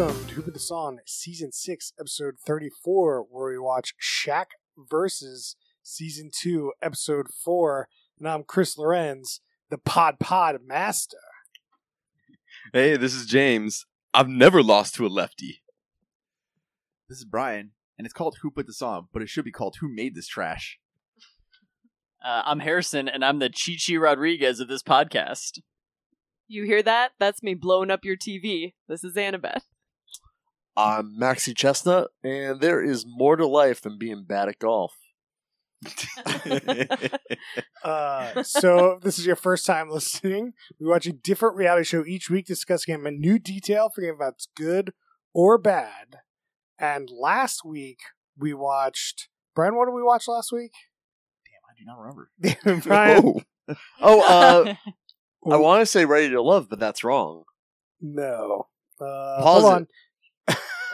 us on season six, episode 34, where we watch Shaq versus season two, episode four. And I'm Chris Lorenz, the Pod Pod Master. Hey, this is James. I've never lost to a lefty. This is Brian, and it's called Who Put This On, but it should be called Who Made This Trash. Uh, I'm Harrison, and I'm the Chichi Rodriguez of this podcast. You hear that? That's me blowing up your TV. This is Annabeth. I'm Maxie Chestnut, and there is more to life than being bad at golf. Uh, so if this is your first time listening, we watch a different reality show each week discussing a new detail for game that's good or bad. And last week we watched Brian, what did we watch last week? I do not remember. Brian Oh, oh uh, I want to say ready to love, but that's wrong. No. Uh, Pause hold on.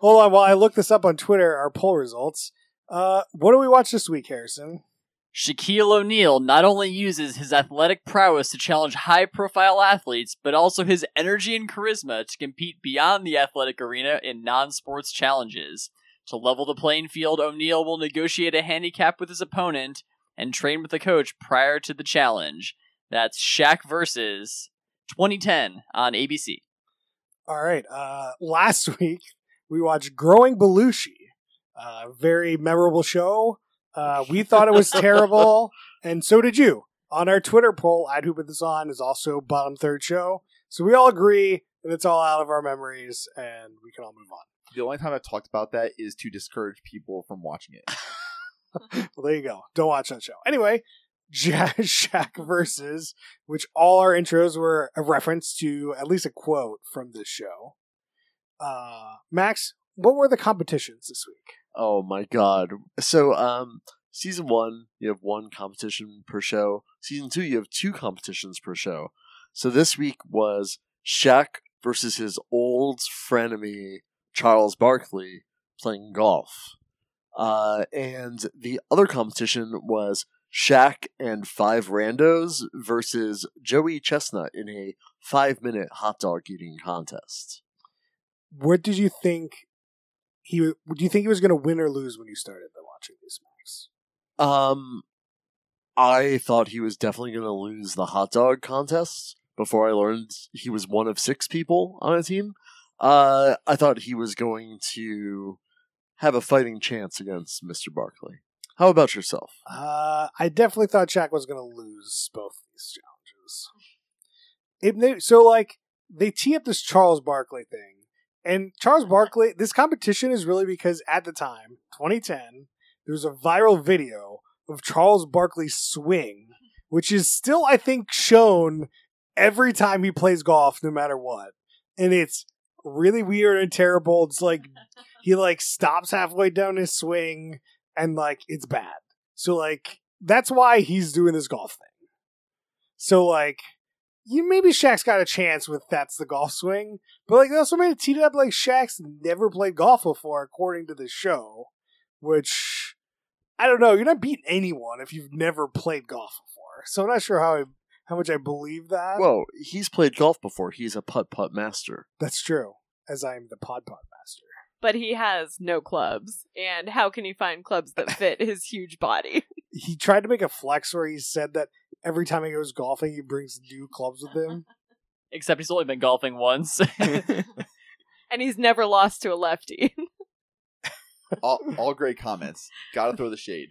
hold on while I look this up on Twitter, our poll results. Uh, what do we watch this week, Harrison? Shaquille O'Neal not only uses his athletic prowess to challenge high profile athletes, but also his energy and charisma to compete beyond the athletic arena in non sports challenges. To level the playing field, O'Neal will negotiate a handicap with his opponent and train with the coach prior to the challenge. That's Shaq versus 2010 on ABC. All right. Uh, last week we watched Growing Belushi, uh, very memorable show. Uh, we thought it was terrible, and so did you. On our Twitter poll, I'd Who Put This On is also bottom third show. So we all agree that it's all out of our memories, and we can all move on. The only time I've talked about that is to discourage people from watching it. Well, there you go. Don't watch that show. Anyway, Ja- Shaq versus, which all our intros were a reference to at least a quote from this show. Uh, Max, what were the competitions this week? Oh my god! So, um, season one, you have one competition per show. Season two, you have two competitions per show. So this week was Shaq versus his old frenemy Charles Barkley playing golf, uh, and the other competition was Shaq and five randos versus Joey Chestnut in a five-minute hot dog eating contest. what did you think he do you think he was going to win or lose when you started the watching these Max? Um, I thought he was definitely going to lose the hot dog contest before I learned he was one of six people on a team. Uh, I thought he was going to have a fighting chance against Mr. Barkley. How about yourself? Uh, I definitely thought Shaq was going to lose both these challenges. It, they, so like they tee up this Charles Barkley thing, and Charles Barkley. This competition is really because at the time, 2010, there was a viral video of Charles Barkley's swing, which is still, I think, shown every time he plays golf, no matter what, and it's really weird and terrible. It's like he like stops halfway down his swing, and like it's bad. So like that's why he's doing this golf thing. So like you maybe Shaq's got a chance with that's the golf swing, but like they also made it teed up like Shaq's never played golf before, according to this show. Which I don't know. You're not beating anyone if you've never played golf before. So I'm not sure how I, how much I believe Uh, that. Well, he's played golf before. He's a putt putt master. that's true. As I am the pod pod master. But he has no clubs. And how can he find clubs that fit his huge body? He tried to make a flex where he said that every time he goes golfing, he brings new clubs with him. Except he's only been golfing once. And he's never lost to a lefty. all, all great comments. Gotta throw the shade.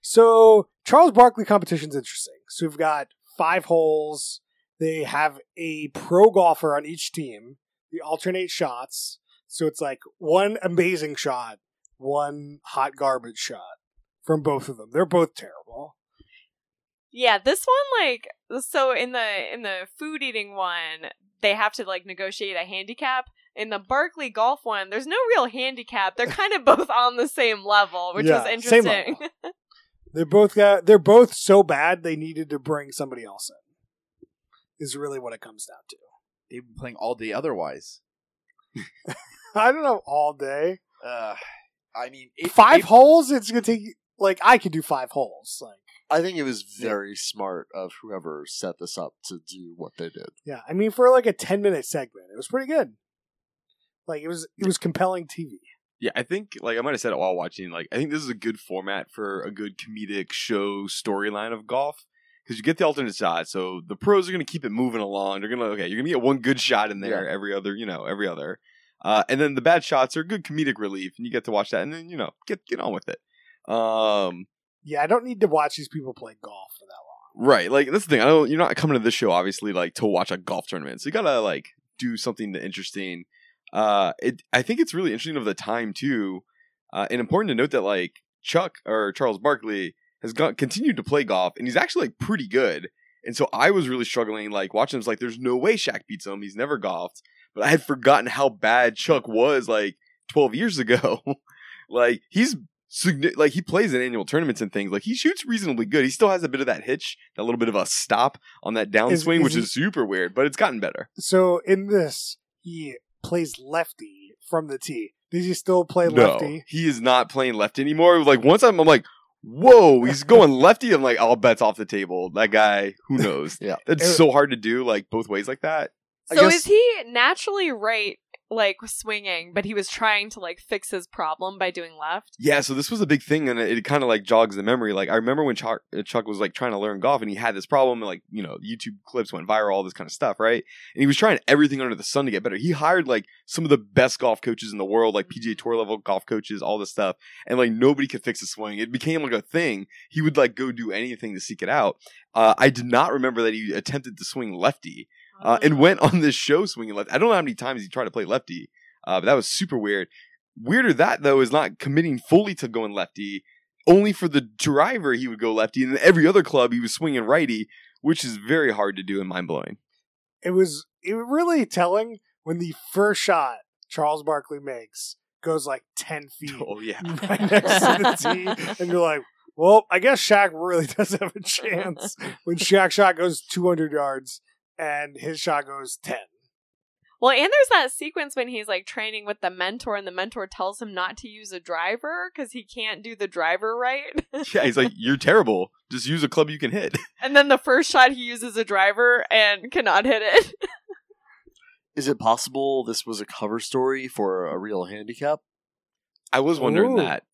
So Charles Barkley competition's interesting. So we've got five holes. They have a pro golfer on each team. They alternate shots. So it's like one amazing shot, one hot garbage shot from both of them. They're both terrible. yeah, this one like so in the in the food eating one, they have to like negotiate a handicap. In the Barkley golf one, there's no real handicap. They're kind of both on the same level, which Yeah, was same level. interesting. They're both got, they're both so bad they needed to bring somebody else in. Is really what it comes down to. They've been playing all day otherwise. I don't know all day. Uh, I mean, it, Five it- holes. It's gonna take you- like I could do five holes. Like I think it was very smart of whoever set this up to do what they did. Yeah, I mean, for like a ten minute segment, it was pretty good. Like it was, it was compelling TV. Yeah, I think like I might have said it while watching. Like I think this is a good format for a good comedic show storyline of golf because you get the alternate shot. So the pros are going to keep it moving along. They're going to okay, you're going to get one good shot in there every other, you know, every other. Uh, and then the bad shots are good comedic relief, and you get to watch that, and then you know get get on with it. Um, Yeah, I don't need to watch these people play golf for that long. Right. Like that's the thing. I don't you're not coming to this show obviously like to watch a golf tournament. So you gotta like do something interesting. Uh it I think it's really interesting of the time too. Uh and important to note that like Chuck or Charles Barkley has got continued to play golf and he's actually like pretty good. And so I was really struggling, like watching him. It's like, there's no way Shaq beats him. He's never golfed. But I had forgotten how bad Chuck was like 12 years ago. like he's signi- like he plays in annual tournaments and things. Like he shoots reasonably good. He still has a bit of that hitch, that little bit of a stop on that downswing, is which he- is super weird. But it's gotten better. So in this, he plays lefty from the tee. Does he still play No, lefty? he is not playing left anymore. Like once I'm, I'm like, whoa, he's going lefty. I'm like, all bets off the table. That guy, who knows? Yeah. that's It- so hard to do. Like both ways like that. I So guess- is he naturally right, like swinging, but he was trying to like fix his problem by doing left? Yeah, so this was a big thing, and it, kind of like jogs the memory. Like I remember when Chuck, uh, Chuck was like trying to learn golf, and he had this problem. And, like you know, YouTube clips went viral, all this kind of stuff, right? And he was trying everything under the sun to get better. He hired like some of the best golf coaches in the world, like PGA Tour level golf coaches, all this stuff, and like nobody could fix his swing. It became like a thing. He would like go do anything to seek it out. Uh, I did not remember that he attempted to swing lefty uh, and went on this show swinging left. I don't know how many times he tried to play lefty, uh, but that was super weird. Weirder that though is not committing fully to going lefty. Only for the driver he would go lefty, and then every other club he was swinging righty, which is very hard to do and mind blowing. It was it was really telling when the first shot Charles Barkley makes goes like ten feet Oh yeah, right next to the tee, and you're like, well, I guess Shaq really does have a chance when Shaq's shot goes 200 yards and his shot goes 10. Well, and there's that sequence when he's like training with the mentor, and the mentor tells him not to use a driver because he can't do the driver right. yeah. He's like, you're terrible. Just use a club you can hit. and then the first shot he uses a driver and cannot hit it. Is it possible this was a cover story for a real handicap? I was wondering Ooh. that.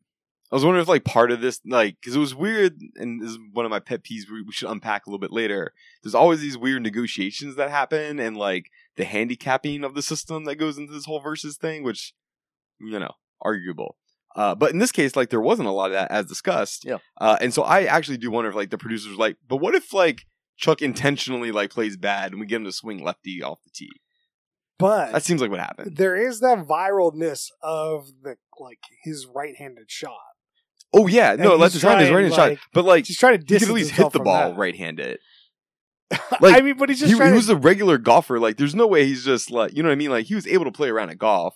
I was wondering if like part of this, like, because it was weird, and this is one of my pet peeves we we should unpack a little bit later. There's always these weird negotiations that happen, and like the handicapping of the system that goes into this whole versus thing, which you know, arguable. Uh, but in this case, like, there wasn't a lot of that as discussed. Yeah. Uh, and so I actually do wonder if like the producers were like, but what if like Chuck intentionally like plays bad and we get him to swing lefty off the tee? But That seems like what happened. there is that viralness of the like his right-handed shot. Oh yeah, no, And let's he's try this right trying, hand shot. like- But like, He's trying to he could distance at least hit himself the from ball that. right-handed. I Like, mean, but he's He, just he trying was to, a regular golfer. Like, there's no way he's just like, you know what I mean? Like, he was able to play around at golf.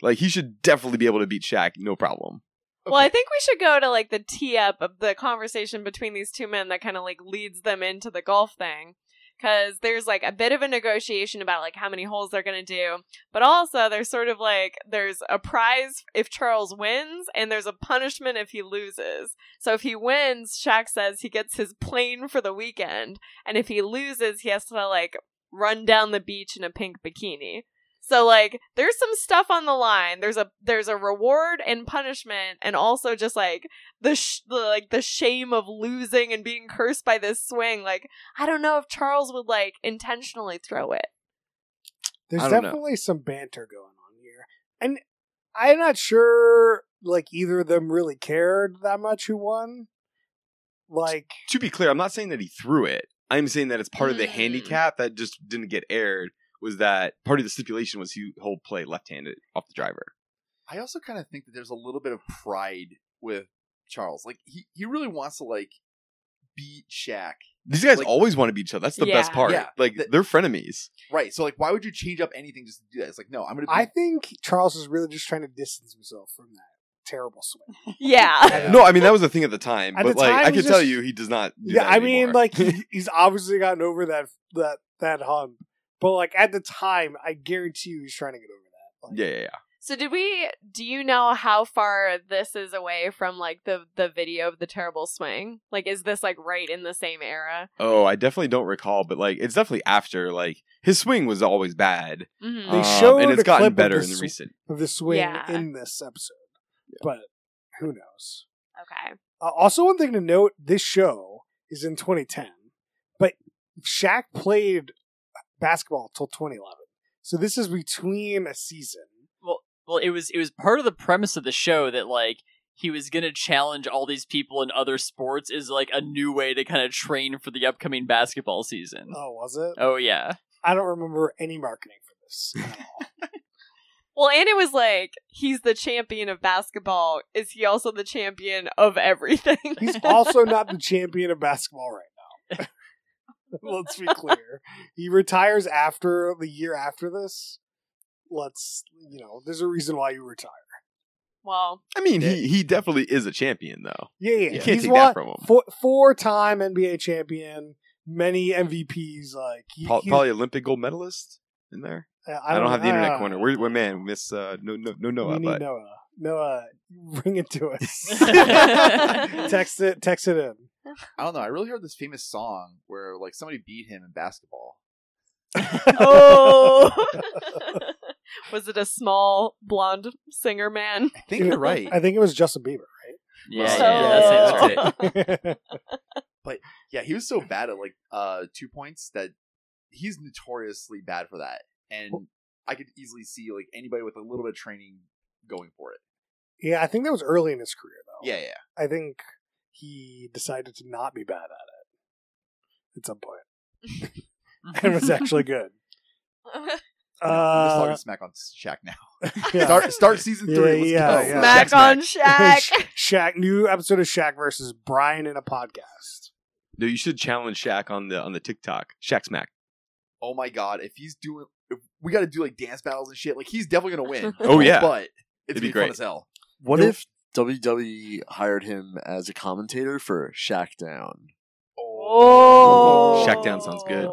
Like, he should definitely be able to beat Shaq, no problem. Well, I think we should go to like the tee up of the conversation between these two men that kind of like leads them into the golf thing. Cause there's like a bit of a negotiation about like how many holes they're gonna do, but also there's sort of like there's a prize if Charles wins, and there's a punishment if he loses. So if he wins, Shaq says he gets his plane for the weekend, and if he loses, he has to like run down the beach in a pink bikini. So like there's some stuff on the line. There's a there's a reward and punishment and also just like the, sh- the like the shame of losing and being cursed by this swing. Like I don't know if Charles would like intentionally throw it. there's I don't know. definitely some banter going on here. And I'm not sure like either of them really cared that much who won. Like To be clear, I'm not saying that he threw it. I'm saying that it's part of the Mm. handicap that just didn't get aired. Was that part of the stipulation? Was he whole play left-handed off the driver? I also kind of think that there's a little bit of pride with Charles. Like he, he really wants to like beat Shaq. These guys Like- always want to beat each other. That's the best Yeah. part. Yeah. Like Th- they're frenemies. Right. So like why would you change up anything just to do that? It's like no, I'm gonna beat I think Charles is really just trying to distance himself from that terrible swing. Yeah. No, I mean that was a thing at the time, At but the like time, I he can just- tell you, he does not. Do yeah, that I mean, anymore. like he, he's obviously gotten over that that that hump, but like at the time, I guarantee you, he's trying to get over that. Like, yeah, yeah, yeah. So did we do you know how far this is away from like the the video of the terrible swing? Like is this like right in the same era? Oh, I definitely don't recall, but like it's definitely after. Like his swing was always bad. Mm-hmm. They um, showed and it's a clip gotten of better the in the sw- recent. of the swing Yeah. in this episode. But who knows? okay. Uh, also, one thing to note: this show is in 2010, but Shaq played basketball till 2011. So this is between a season. Well, it was it was part of the premise of the show that like he was gonna challenge all these people in other sports is like a new way to kind of train for the upcoming basketball season. Oh, was it? Oh yeah, I don't remember any marketing for this. At all. Well, and it was like he's the champion of basketball. Is he also the champion of everything? He's also not the champion of basketball right now. Let's be clear. He retires after the year after this. Let's, you know, there's a reason why you retire. well, I mean, he he definitely is a champion though. Yeah, yeah. You can't He's take won that from him. four, four-time NBA champion, many MVPs. Like, he- Pro- he's- probably Olympic gold medalist in there. I don't, have the internet corner. We're, we're man, Miss uh, no no no We Noah, need but Noah. Noah, bring it to us. I text it. Text it in. I don't know. I really heard this famous song where like somebody beat him in basketball. oh. was it a small blonde singer man? I think you're right. I think it was Justin Bieber. yeah, Well, yeah, yeah, that's it, that's it. Yeah, he was so bad at like uh two points that he's notoriously bad for that. And I could easily see like anybody with a little bit of training going for it. yeah, I think that was early in his career, though. Yeah, yeah. I think he decided to not be bad at it at some point. and was actually good. No, I'm just Uh, talking smack on Shaq now. yeah. Start start season Yeah, three. let's yeah, go. yeah. Smack on Shaq. Sha- Uh, Shaq, new episode of Shaq versus Brian in a podcast. dude, you should challenge Shaq on the on the TikTok. Shaq smack. Oh my god, if he's doing, if we got to do like dance battles and shit. Like he's definitely gonna win. Oh, yeah. but it's It'd gonna be be fun great. as hell. What Nope. if WWE hired him as a commentator for Shack Down? oh. Shaq down sounds good.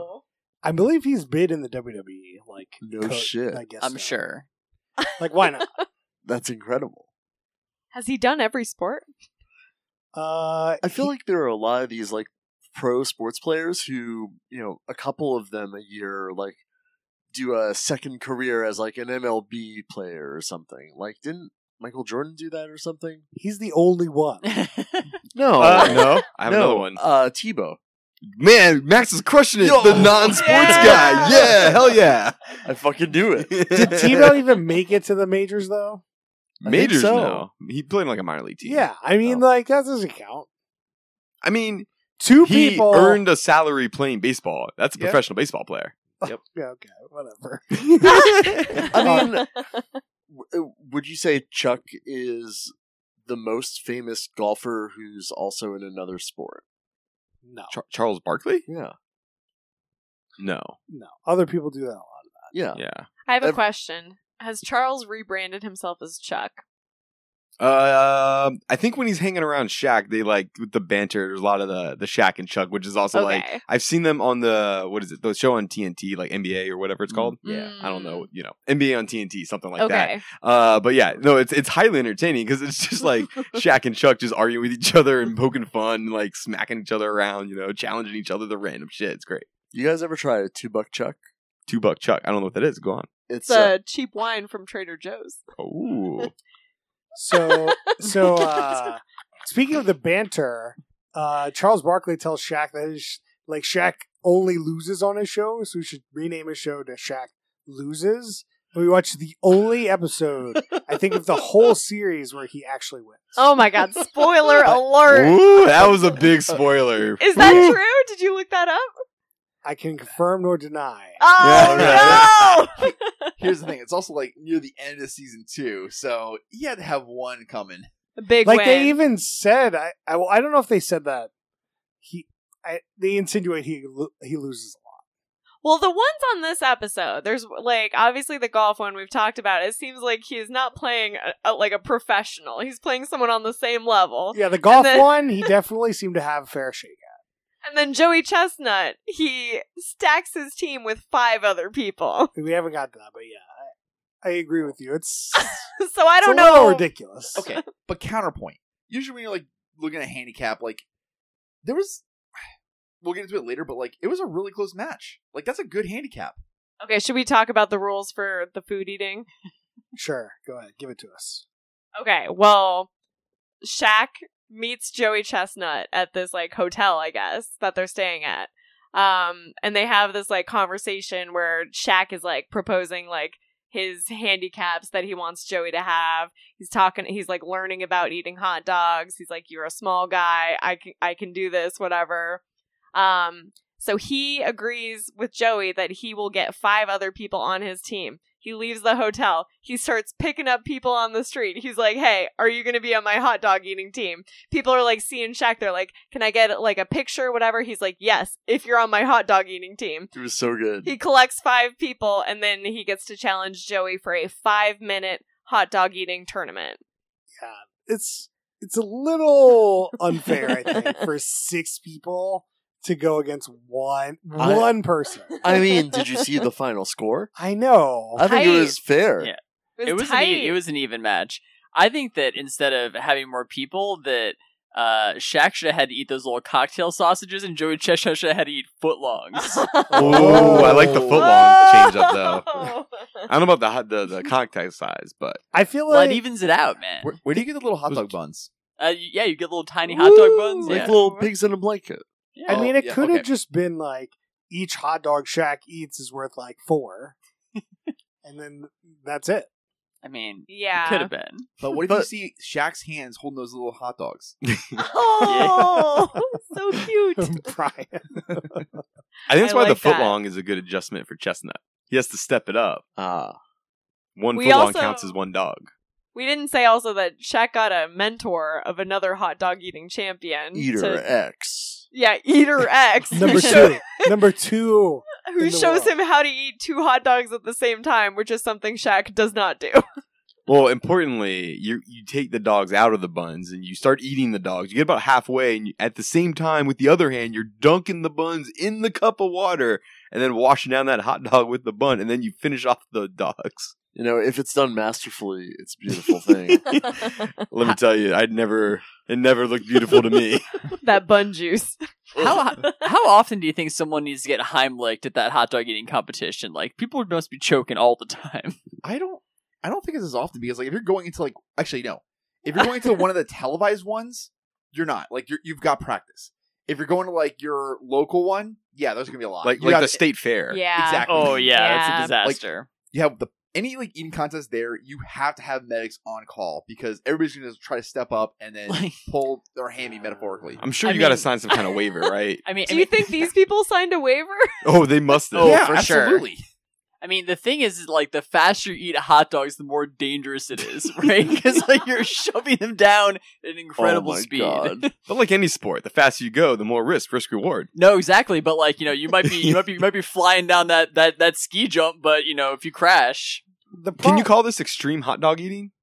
I believe he's bid in the WWE. Like No co- shit. I guess I'm so. sure. Like why not? That's incredible. Has he done every sport? Uh, I feel like there are a lot of these like pro sports players who, you know, a couple of them a year like do a second career as like an MLB player or something. Like didn't Michael Jordan do that or something? he's the only one. No. Uh, no, I have no, another one. Uh Tebow. Man, Max is crushing it. Yo. the non-sports Yeah. guy. Yeah, hell yeah. I fucking knew it. Did Tebow even make it to the majors though? I think Majors so. now. He played in, like a minor league team. Yeah, I mean, No. like that doesn't count. I mean, Two he people earned a salary playing baseball. That's a Yeah. professional baseball player. Yeah, okay, whatever. I mean, uh, w- would you say Chuck is the most famous golfer who's also in another sport? No, Char- Charles Barkley? Yeah. No. no. Other people do that a lot. Uh, Yeah. Yeah. I have a Ev- question. Has Charles rebranded himself as Chuck? Uh, I think when he's hanging around Shaq, they like with the banter. There's a lot of the the Shaq and Chuck, which is also like Okay. I've seen them on the what is it? The show on TNT, like NBA or whatever it's called. Yeah. Mm. I don't know, you know, NBA on TNT, something like that. okay. Uh, but yeah, no, it's it's highly entertaining because it's just like Shaq and Chuck just arguing with each other and poking fun, and, like smacking each other around, you know, challenging each other to random shit. It's great. You guys ever try a two buck Chuck? Two buck Chuck. I don't know what that is. Go on. It's It's a cheap wine from Trader Joe's. Oh, Oh So, so uh, speaking of the banter, uh, Charles Barkley tells Shaq that his, like Shaq only loses on his show, so we should rename his show to Shaq Loses. And we watched the only episode I think of the whole series where he actually wins. Oh my god, spoiler alert. Ooh, that was a big spoiler. Is that true? Did you look that up? I can confirm nor deny. Oh no. uh, Here's the thing: it's also like near the end of season two, so he had to have one coming. Big like win. they even said, I, I I don't know if they said that he. I, they insinuate he lo- he loses Well, the ones on this episode, there's like obviously the golf one we've talked about. It seems like he's not playing a, a, like a professional. He's playing someone on the same level. Yeah, the golf then- one, he definitely seemed to have fair shake. And then Joey Chestnut, he stacks his team with five other people. We haven't got to that, but yeah, I agree with you. It's so I it's a don't little know. ridiculous. Okay, but counterpoint. Usually, when you're like looking at handicap, like there was, we'll get into it later, but like it was a really close match. Like that's a good handicap. Okay, should we talk about the rules for the food eating? Sure. Go ahead. Give it to us. Okay, well, Shaq meets Joey Chestnut at this like hotel, I guess, that they're staying at. Um, and they have this like conversation where Shaq is like proposing like his handicaps that he wants Joey to have. He's talking he's like learning about eating hot dogs. He's like you're a small guy. I can I can do this whatever. Um so he agrees with Joey that he will get five other people on his team. He leaves the hotel. He starts picking up people on the street. He's like, "Hey, are you going to be on my hot dog eating team?" People are like seeing Shaq. They're like, "Can I get like a picture, whatever?" He's like, "Yes, if you're on my hot dog eating team." It was so good. He collects five people, and then he gets to challenge Joey for a five-minute hot dog eating tournament. It's it's a little unfair, I think, for six people to go against one I- one person. I mean, did you see the final score? I know. I think Tight. it was fair. Yeah. It was, it was an tight. e- it was an even match. I think that instead of having more people, that uh, Shaq should have had to eat those little cocktail sausages, and Joey Chestnut should have had to eat footlongs. Oh, I like the Oh. footlong change up though. though. I don't know about the the, the cocktail size, but I feel well, it like evens it out, man. Where, where do you get the little hot dog buns? Uh, y- yeah, you get little tiny hot dog buns. Like yeah. little pigs in a blanket. Yeah. I mean, it yeah, could have okay. just been like each hot dog Shaq eats is worth like four, and then that's it. I mean, it could yeah. have been. But what if you But- see Shaq's hands holding those little hot dogs? Oh, so cute. Brian, I think that's I why like the that. footlong is a good adjustment for Chestnut. He has to step it up. Ah, One We footlong also- counts as one dog. We didn't say also that Shaq got a mentor of another hot dog eating champion. Eater to- X. yeah, Eater X. who number show- two, number two. Who in the shows world. him how to eat two hot dogs at the same time, which is something Shaq does not do. Well, importantly, you you take the dogs out of the buns and you start eating the dogs. You get about halfway, and you, at the same time, with the other hand, you're dunking the buns in the cup of water and then washing down that hot dog with the bun, and then you finish off the dogs. You know, if it's done masterfully, it's a beautiful thing. Let me tell you, I'd never it never looked beautiful to me. that bun juice. How how often do you think someone needs to get Heimlicked at that hot dog eating competition? Like people must be choking all the time. I don't. I don't think it's as often because like if you're going into like actually no, if you're going to one of the televised ones, you're not like you're, you've got practice. If you're going to like your local one, yeah, there's gonna be a lot. Like You like got- the state fair. Yeah. Exactly. Oh yeah, Yeah. that's a disaster. you have the any like eating contest there, you have to have medics on call because everybody's gonna try to step up and then Like, pull their hammy metaphorically. I'm sure I you got to mean- sign some kind of waiver, right? I mean, I Do you mean- think these people signed a waiver? oh, they must have. Oh, yeah, for sure. absolutely. I mean, the thing is, is, like, the faster you eat hot dogs, the more dangerous it is, right? Because like you're shoving them down at an incredible my speed. God. But like any sport, the faster you go, the more risk, risk reward. no, exactly. But like, you know, you might be, you might be, you might be flying down that that that ski jump, but you know, if you crash, The Can you pro- call this extreme hot dog eating?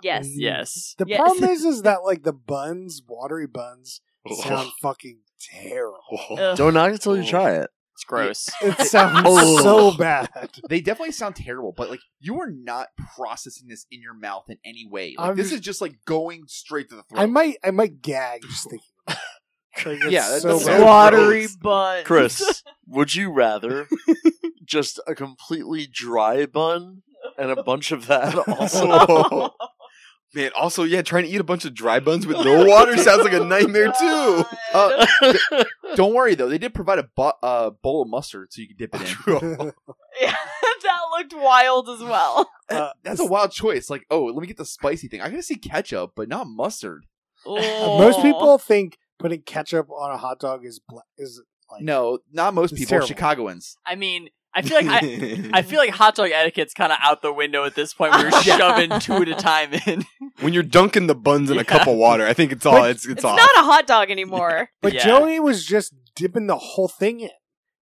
Yes. Mm. yes, The Yes. problem is, is that like the buns, watery buns, sound fucking Oh. terrible. Ugh. Don't knock it till you try it. it's gross. It sounds Oh. so bad. They definitely sound terrible, but like you are not processing this in your mouth in any way. Like, I'm this just- is just like going straight to the throat. I might, I might gag just thinking. About it. Like, it's Yeah, that so doesn't bad. sound Watery bun. Chris, would you rather just a completely dry bun and a bunch of that also? Man, also, yeah, trying to eat a bunch of dry buns with no water sounds like a nightmare too. God. Uh, Don't worry though, they did provide a bu- uh, bowl of mustard so you could dip it in. Yeah, that looked wild as well. Uh, That's a wild choice. Like, oh, let me get the spicy thing. I gotta see ketchup, but not mustard. Most people think putting ketchup on a hot dog is bla- is like No, not most It's people. terrible. Chicagoans. I mean, I feel like I, I feel like hot dog etiquette's kind of out the window at this point. We're Yeah. shoving two at a time in. when you're dunking the buns in a cup of water, I think it's all But it's it's, It's off. not a hot dog anymore. But Yeah. Joey was just dipping the whole thing in.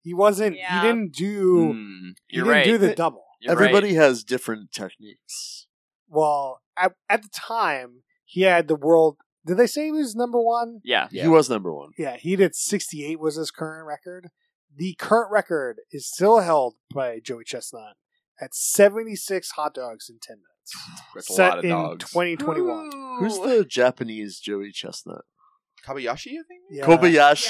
He wasn't. Yeah. He didn't do. Mm. he You're didn't right. do the double. You're right. Everybody has different techniques. Well, at, at the time, he had the world. Did they say he was number one? Yeah. Yeah. He was number one. Yeah, he did. Sixty-eight was his current record. The current record is still held by Joey Chestnut at 76 hot dogs in 10 minutes. That's a Set lot of in dogs. 2021. Who's the Japanese Joey Chestnut? Kabayashi, I think. Yeah. Kobayashi.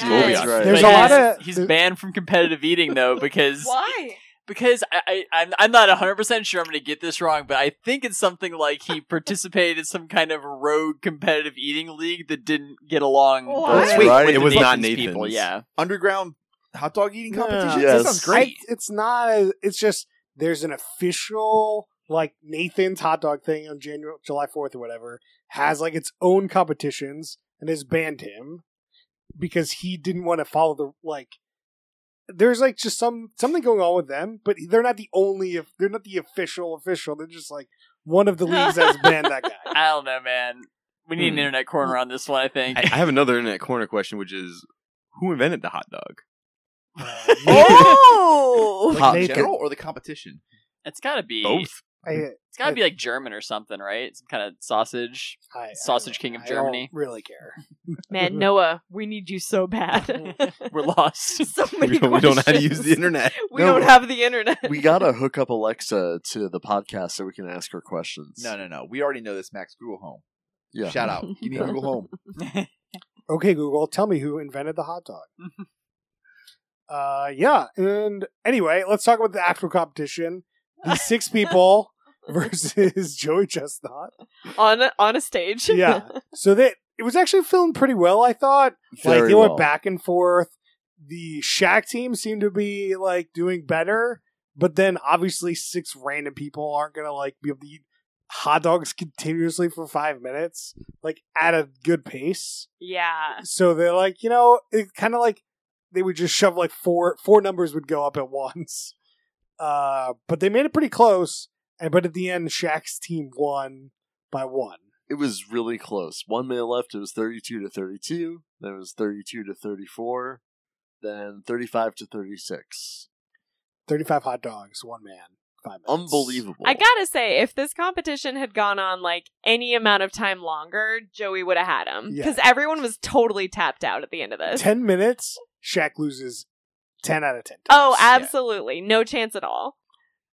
Yes. That's right. There's But a lot he's- of- he's there- banned from competitive eating though because Why? because I, I I'm I'm not 100 percent sure I'm going to get this wrong, but I think it's something like he participated in some kind of rogue competitive eating league that didn't get along. What? with That's the right, it was not Nathan's People, Nathan's. yeah, Underground hot dog eating Yeah. competition. Yes. That sounds great. I- it's not. a- It's just there's an official like Nathan's hot dog thing on January July Fourth or whatever has like its own competitions and has banned him because he didn't want to follow the like. There's like just some something going on with them, but they're not the only. They're not the official official. They're just like one of the leagues that's banned that guy. I don't know, man. We need an Hmm. internet corner on this one. I think. I, I have another internet corner question, which is who invented the hot dog? Uh, Oh! Like Hot in Nathan. general or the competition? it's gotta be Both. I- It's gotta be like German or something, right? Some kind of sausage. I- I Sausage don't- King of I don't Germany. really care. Man, Noah, we need you so bad. We're lost. so We many don't, we questions. don't know how to use the internet. We No. don't have the internet. We gotta hook up Alexa to the podcast so we can ask her questions. No, no, no. We already know this, Max. Google Home. Yeah. Shout out. You need Yeah. Google Home. Okay, Google, tell me who invented the hot dog. uh, yeah, and anyway, let's talk about the actual competition. These six people versus Joey Chestnut. on a, on a stage. Yeah, so that it was actually filmed pretty well, I thought. Very like they well. went back and forth. The Shaq team seemed to be like doing better, but then obviously six random people aren't gonna like be able to eat hot dogs continuously for five minutes, like at a good pace. yeah. So they're like, you know, it kind of like they would just shove like four four numbers would go up at once. Uh, but they made it pretty close. And but at the end, Shaq's team won by one. It was really close. One minute left. It was 32 to 32. Then it was 32 to 34. Then 35 to 36. Thirty-five hot dogs, one man, five minutes. Unbelievable. I gotta say, if this competition had gone on like any amount of time longer, Joey would have had him Yeah. because everyone was totally tapped out at the end of this. Ten minutes, Shaq loses ten out of ten. oh, times. absolutely, no chance at all.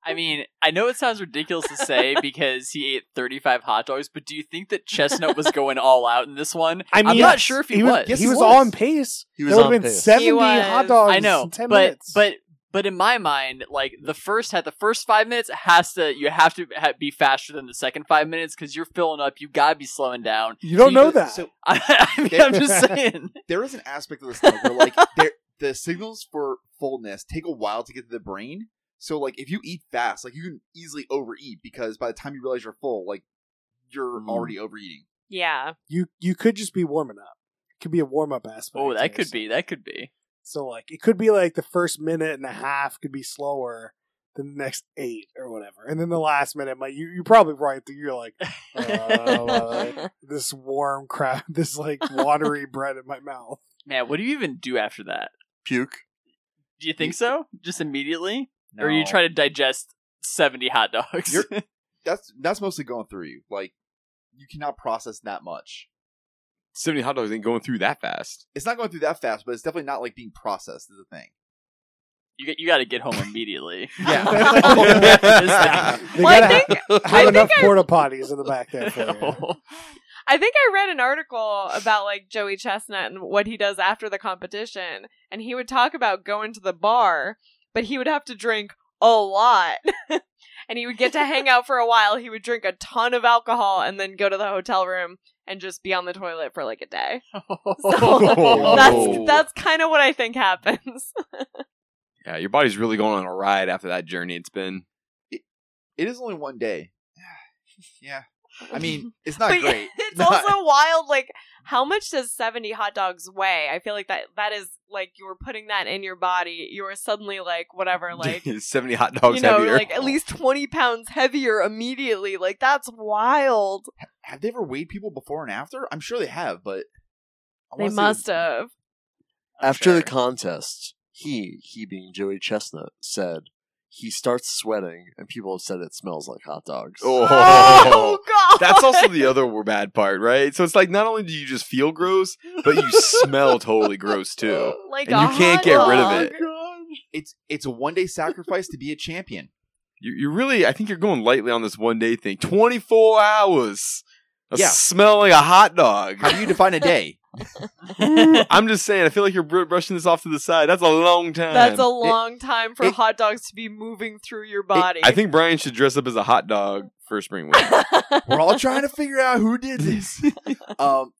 I mean, I know it sounds ridiculous to say because he ate 35 hot dogs, but do you think that Chestnut was going all out in this one? I mean, am not sure if he, was. was. He, was, was. on pace. He There was would on have been pace. seventy He was. hot dogs. I know, in ten but minutes. but but in my mind, like the first had the first five minutes has to you have to ha- be faster than the second five minutes because you're filling up. You gotta be slowing down. you don't So know go- that. So I, I mean, I'm just saying. there is an aspect of this thing where like there the signals for fullness take a while to get to the brain. So like if you eat fast, like you can easily overeat because by the time you realize you're full, like you're Mm. already overeating. Yeah, you you could just be warming up. It could be a warm up aspect. Oh, that to could this. be. That could be. So like it could be like the first minute and a half could be slower than the next eight or whatever, and then the last minute might you you're probably right that you're like Oh, uh, this warm crap, this like watery bread in my mouth. Man, what do you even do after that? puke. Do you think so? Just immediately, or No. you try to digest 70 hot dogs? You're- that's that's mostly going through you. Like you cannot process that much. 70 hot dogs ain't going through that fast. It's not going through that fast, but it's definitely not like being processed is the thing. you get, you got to get home immediately. Yeah. They Well, I gotta think- ha- have enough porta potties in the back there for you. No. I think I read an article about like Joey Chestnut and what he does after the competition, and he would talk about going to the bar, but he would have to drink a lot. and he would get to hang out for a while. He would drink a ton of alcohol and then go to the hotel room and just be on the toilet for like a day. Oh. That's that's kind of what I think happens. Yeah, your body's really going on a ride after that journey it's been. It is only one day. Yeah. I mean, it's not But great. It's Not- also wild. Like, how much does seventy hot dogs weigh? I feel like that that is like you were putting that in your body. You were suddenly like whatever, like 70 hot dogs you know, heavier. like at least twenty pounds heavier immediately. Like that's wild. have they ever weighed people before and after? I'm sure they have, but I They wanna say- must have. After Sure. the contest, he, he being Joey Chestnut, said he starts sweating, and people have said it smells like hot dogs. Oh. Oh, god. That's also the other bad part, right? So it's like not only do you just feel gross, but you smell totally gross too. like and you can't get rid of hot it. dog. It's it's a one day sacrifice to be a champion. You, you're really, I think you're going lightly on this one day thing. 24 hours of Yeah. smelling a hot dog. How do you define a day? I'm just saying, I feel like you're br- brushing this off to the side. That's a long time. That's a long time for it- hot dogs to be moving through your body. I think Brian should dress up as a hot dog for spring week. We're all trying to figure out who did this. um,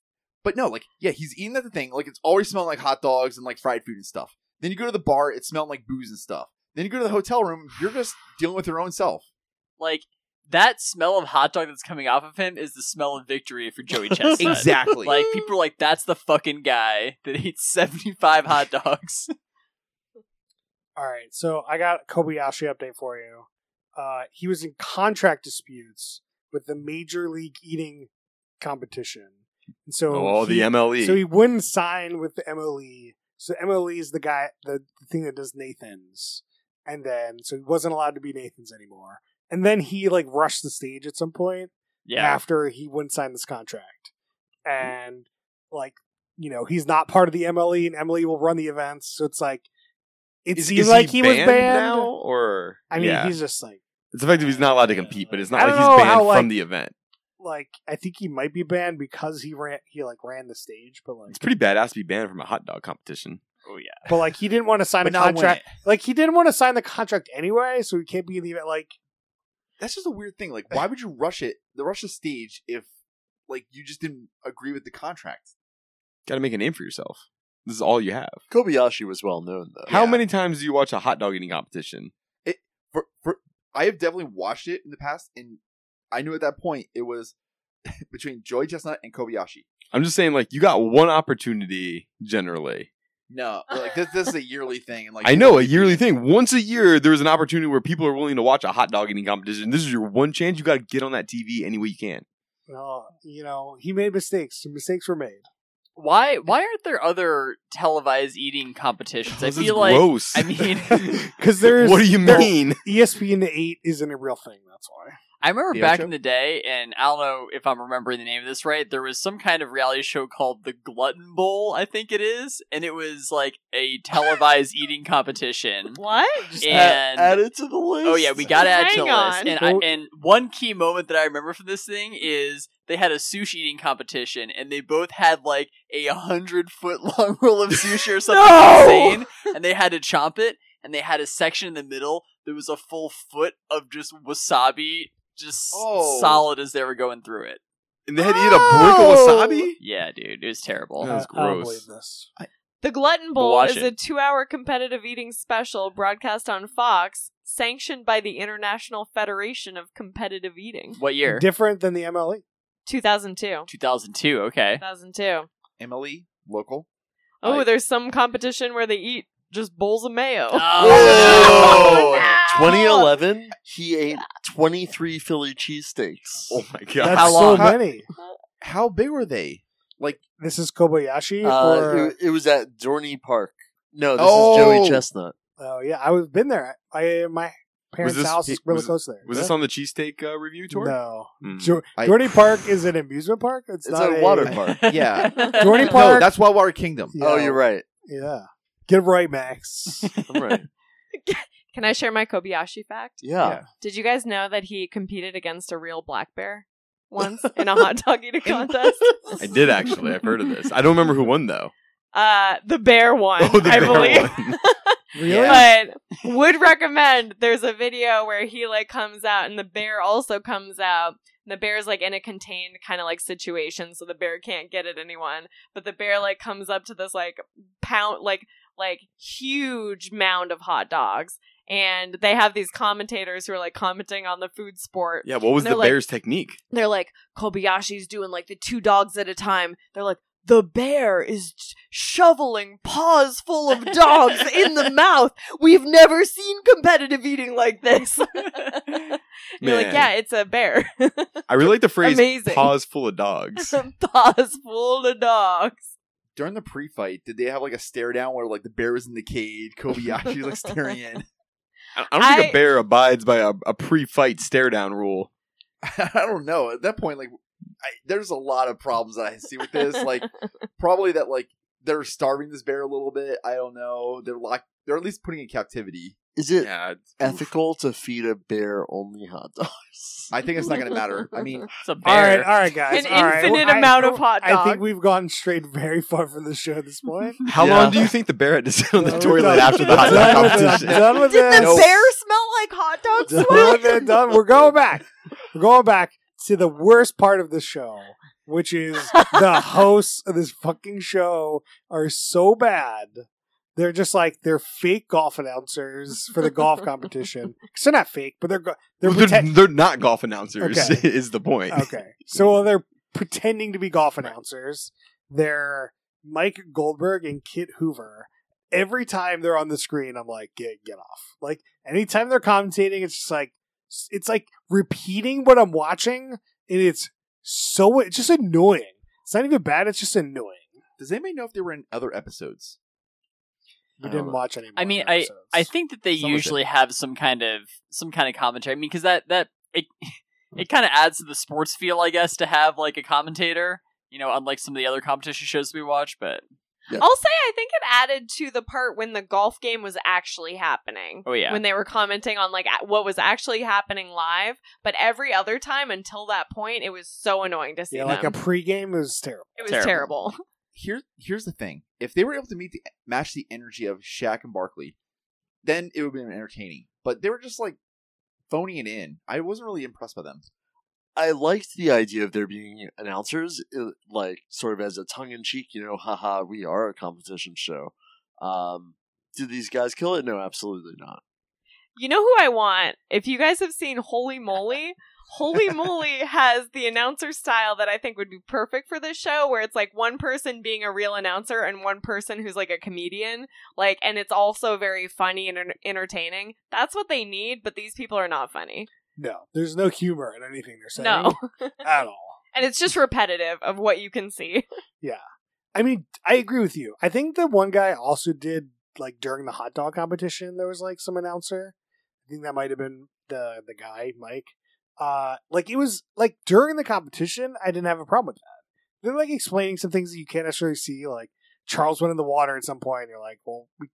but no, like, yeah, he's eating at the thing. Like, it's always smelling like hot dogs and like fried food and stuff. Then you go to the bar, it's smelling like booze and stuff. Then you go to the hotel room, you're just dealing with your own self. like that smell of hot dog that's coming off of him is the smell of victory for Joey Chestnut. Exactly. Like people are like, that's the fucking guy that eats seventy five hot dogs. All right, so I got a Kobayashi update for you. Uh, he was in contract disputes with the Major League Eating competition, and so Oh, he- the MLE. So he wouldn't sign with the MLE. So MLE is the guy, the, the thing that does Nathan's, and then so he wasn't allowed to be Nathan's anymore. And then he like rushed the stage at some point after he wouldn't sign this contract, and like you know he's not part of the MLE, and MLE will run the events. So it's like it Is- seems is like he, was banned. now, or I mean, yeah. he's just like it's effective. He's not allowed to compete, but it's I not like don't he's know banned how, from like- the event. like I think he might be banned because he ran he like ran the stage, but like It's pretty badass to be banned from a hot dog competition. Oh yeah. but like he didn't want to sign but a not when contract. it- Like he didn't want to sign the contract anyway, so he can't be in the event. Like That's just a weird thing. Like, why would you rush it, the rush the stage, if like you just didn't agree with the contract? Got to make a name for yourself. This is all you have. Kobayashi was well known though. How Yeah. many times do you watch a hot dog eating competition? For, for I have definitely watched it in the past, and I knew at that point it was between Joey Chestnut and Kobayashi. I'm just saying, like you got one opportunity generally. No, like this, this is a yearly thing, and like I know a yearly thing. Once a year, there's an opportunity where people are willing to watch a hot dog eating competition. This is your one chance. You got to get on that TV any way you can. well, you know, he made mistakes. Some mistakes were made. Why why aren't there other televised eating competitions? I This is feel like gross. I mean- Because there's what do you there- E mean? ESPN eight isn't a real thing. That's why. I remember The back Ocho? in the day, and I don't know if I'm remembering the name of this right. There was some kind of reality show called the Glutton Bowl, I think it is, and it was like a televised eating competition. what? Just And- add, add it to the list. Oh yeah, we got to add to Hang the list. on. And, I, Well- and one key moment that I remember from this thing is they had a sushi eating competition, and they both had like a hundred foot long roll of sushi or something No! insane, and they had to chomp it, and they had a section in the middle that was a full foot of just wasabi, just Oh. solid as they were going through it. And they had to eat a brick of wasabi. Yeah, dude, it was terrible. That Yeah. was I- I don't gross. believe this. The Glutton Bowl Watch is a two-hour competitive eating special broadcast on Fox, sanctioned by the International Federation of Competitive Eating. What year? Different than the E. MLE. 2002. 2002. Okay. 2002. Emily local. Oh, I- there's some competition where they eat just bowls of mayo. Oh, no! 2011, he ate 23 Philly cheesesteaks. Oh my That's god! How so long? many. How big were they? This is Kobayashi. Uh, or, it, it was at Dorney Park. No, this Oh. is Joey Chestnut. oh yeah, I've been there. I my parents' this- house is really was it- close to there. Was this on the cheesesteak uh, review tour? No, Hmm. jo- I- Dorney Park is an amusement park. It's, It's not a water park. Yeah. Dorney Park. No, that's Wildwater Kingdom. Yeah. Oh, you're right. Yeah, get right, Max. I'm right. Can I share my Kobayashi fact? Yeah. Yeah. Did you guys know that he competed against a real black bear once in a hot dog eating contest? I did actually. I've heard of this. I don't remember who won though. Uh, the bear won, Oh, the I bear believe. won. really? But would recommend. There's a video where he like comes out and the bear also comes out. And The bear's like in a contained kind of like situation, so the bear can't get at anyone. But the bear like comes up to this like pound like like huge mound of hot dogs. And they have these commentators who are like commenting on the food sport Yeah. What was They're the like- bear's technique? they're like Kobayashi's doing like the two dogs at a time. They're like the bear is shoveling paws full of dogs in the mouth. We've never seen competitive eating like this. You're like, Man. yeah, it's a bear. I relate the phrase Amazing. "paws full of dogs." paws full of dogs. During the pre-fight, did they have like a stare down where like the bear was in the cage, Kobayashi was, like staring in? I I don't think a I- bear abides by a, a pre-fight stare down rule. I don't know. At that point, like, I, there's a lot of problems that I see with this. Like, probably that like they're starving this bear a little bit. I don't know. They're locked. They're at least putting in captivity. Is it yeah, it's- ethical to feed a bear only hot dogs? I think it's not going to matter. I mean, It's a bear. All right, uh, all right, guys. An all right. infinite Well, I- amount of hot I think dog. we've gone straight very far for the show at this point. how Yeah. long do you think the bear had to sit on the Done toilet with after the that. hot dog Done with that. competition? Done with Did that. the bear smell like hot dog Done sweat? with that. Done. We're going back. We're going back to the worst part of the show, which is the hosts of this fucking show are so bad. They're just like they're fake golf announcers for the golf competition. 'Cause they're not fake, but they're go- they're, Well, They're, pretend- they're not golf announcers, Okay. is the point. Okay. So while they're pretending to be golf announcers. They're Mike Goldberg and Kit Hoover. Every time they're on the screen, I'm like, get get off. Like anytime they're commentating, it's just like it's like repeating what I'm watching, and it's so it's just annoying. It's not even bad. It's just annoying. does anybody know if they were in other episodes? We I don't didn't know. watch any. I more mean, episodes. I think that they Some of it. usually have some kind of some kind of commentary. I mean, because that that it it kind of adds to the sports feel, I guess, to have like a commentator. You know, unlike some of the other competition shows we watch, but I'll say I think it added to the part when the golf game was actually happening. oh yeah, When they were commenting on like a- what was actually happening live, but every other time until that point, it was so annoying to see yeah, them. like a pregame is terrible. it was Terrible. terrible. Here, here's the thing: if they were able to meet the match the energy of Shaq and Barkley, then it would have been entertaining. But they were just like phoning it in. I wasn't really impressed by them. I liked the idea of there being announcers, uh, like sort of as a tongue in cheek, you know, haha, we are a competition show. Um, did these guys kill it? No, absolutely not. You know who I want? If you guys have seen Holy Moly, Holy Moly has the announcer style that I think would be perfect for this show, where it's like one person being a real announcer and one person who's like a comedian, like, and it's also very funny and en- entertaining. That's what they need, but these people are not funny. No, there's no humor in anything they're saying No, at all. and it's just repetitive of what you can see. I mean, I agree with you. I think the one guy also did like during the hot dog competition. There was like some announcer. I think that might have been the the guy Mike. Uh, like it was like during the competition, I didn't have a problem with that. They're like explaining some things that you can't necessarily see. Like Charles went in the water at some point, and you're like, well, we,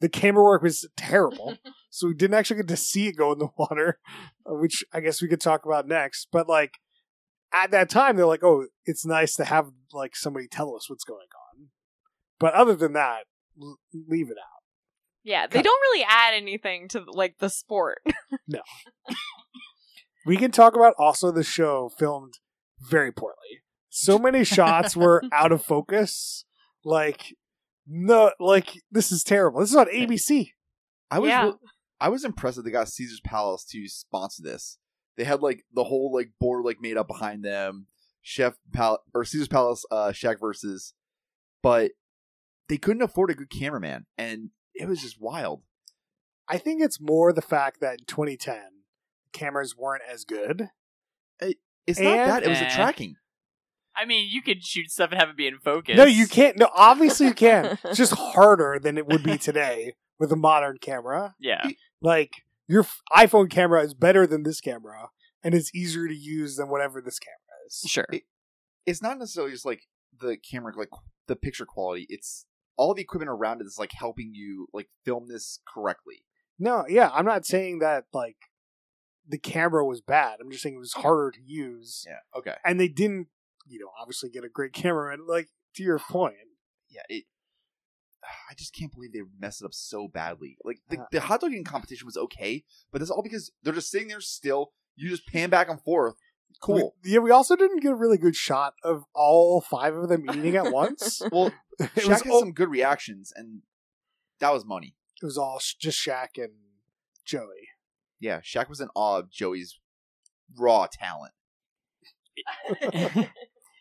the camera work was terrible, so we didn't actually get to see it go in the water, uh, which I guess we could talk about next. But like at that time they're like, oh, it's nice to have like somebody tell us what's going on. But other than that, l- leave it out. Yeah, they don't really add anything to like the sport. We can talk about also the show filmed very poorly. So many shots were out of focus. Like no, like this is terrible. This is on ABC. I was Yeah. real- I was impressed that they got Caesar's Palace to sponsor this. They had like the whole like board like made up behind them, Chef Pal or Caesar's Palace, uh, Shaq versus, but they couldn't afford a good cameraman, and it was just wild. I think it's more the fact that in 2010 cameras weren't as good. It's not And- that it was the Eh. tracking. I mean, you could shoot stuff and have it be in focus. No, you can't. No, obviously you can. it's just harder than it would be today with a modern camera. Yeah, Like your f- iPhone camera is better than this camera, and it's easier to use than whatever this camera is. sure. It's not necessarily just like the camera like the picture quality. It's all the equipment around it is like helping you like film this correctly. No, yeah, I'm not saying that like the camera was bad. I'm just saying it was harder to use, Yeah. Okay. and they didn't, you know, obviously get a great camera. And like to your point, yeah, it. I just can't believe they messed it up so badly. Like the, Uh. the hot dog eating competition was okay, but that's all because they're just sitting there still. You just pan back and forth. Cool. We- yeah, we also didn't get a really good shot of all five of them eating at once. well, it Shaq was had all, some good reactions, and that was money. it was all sh- just Shaq and Joey. Yeah, Shaq was in awe of Joey's raw talent.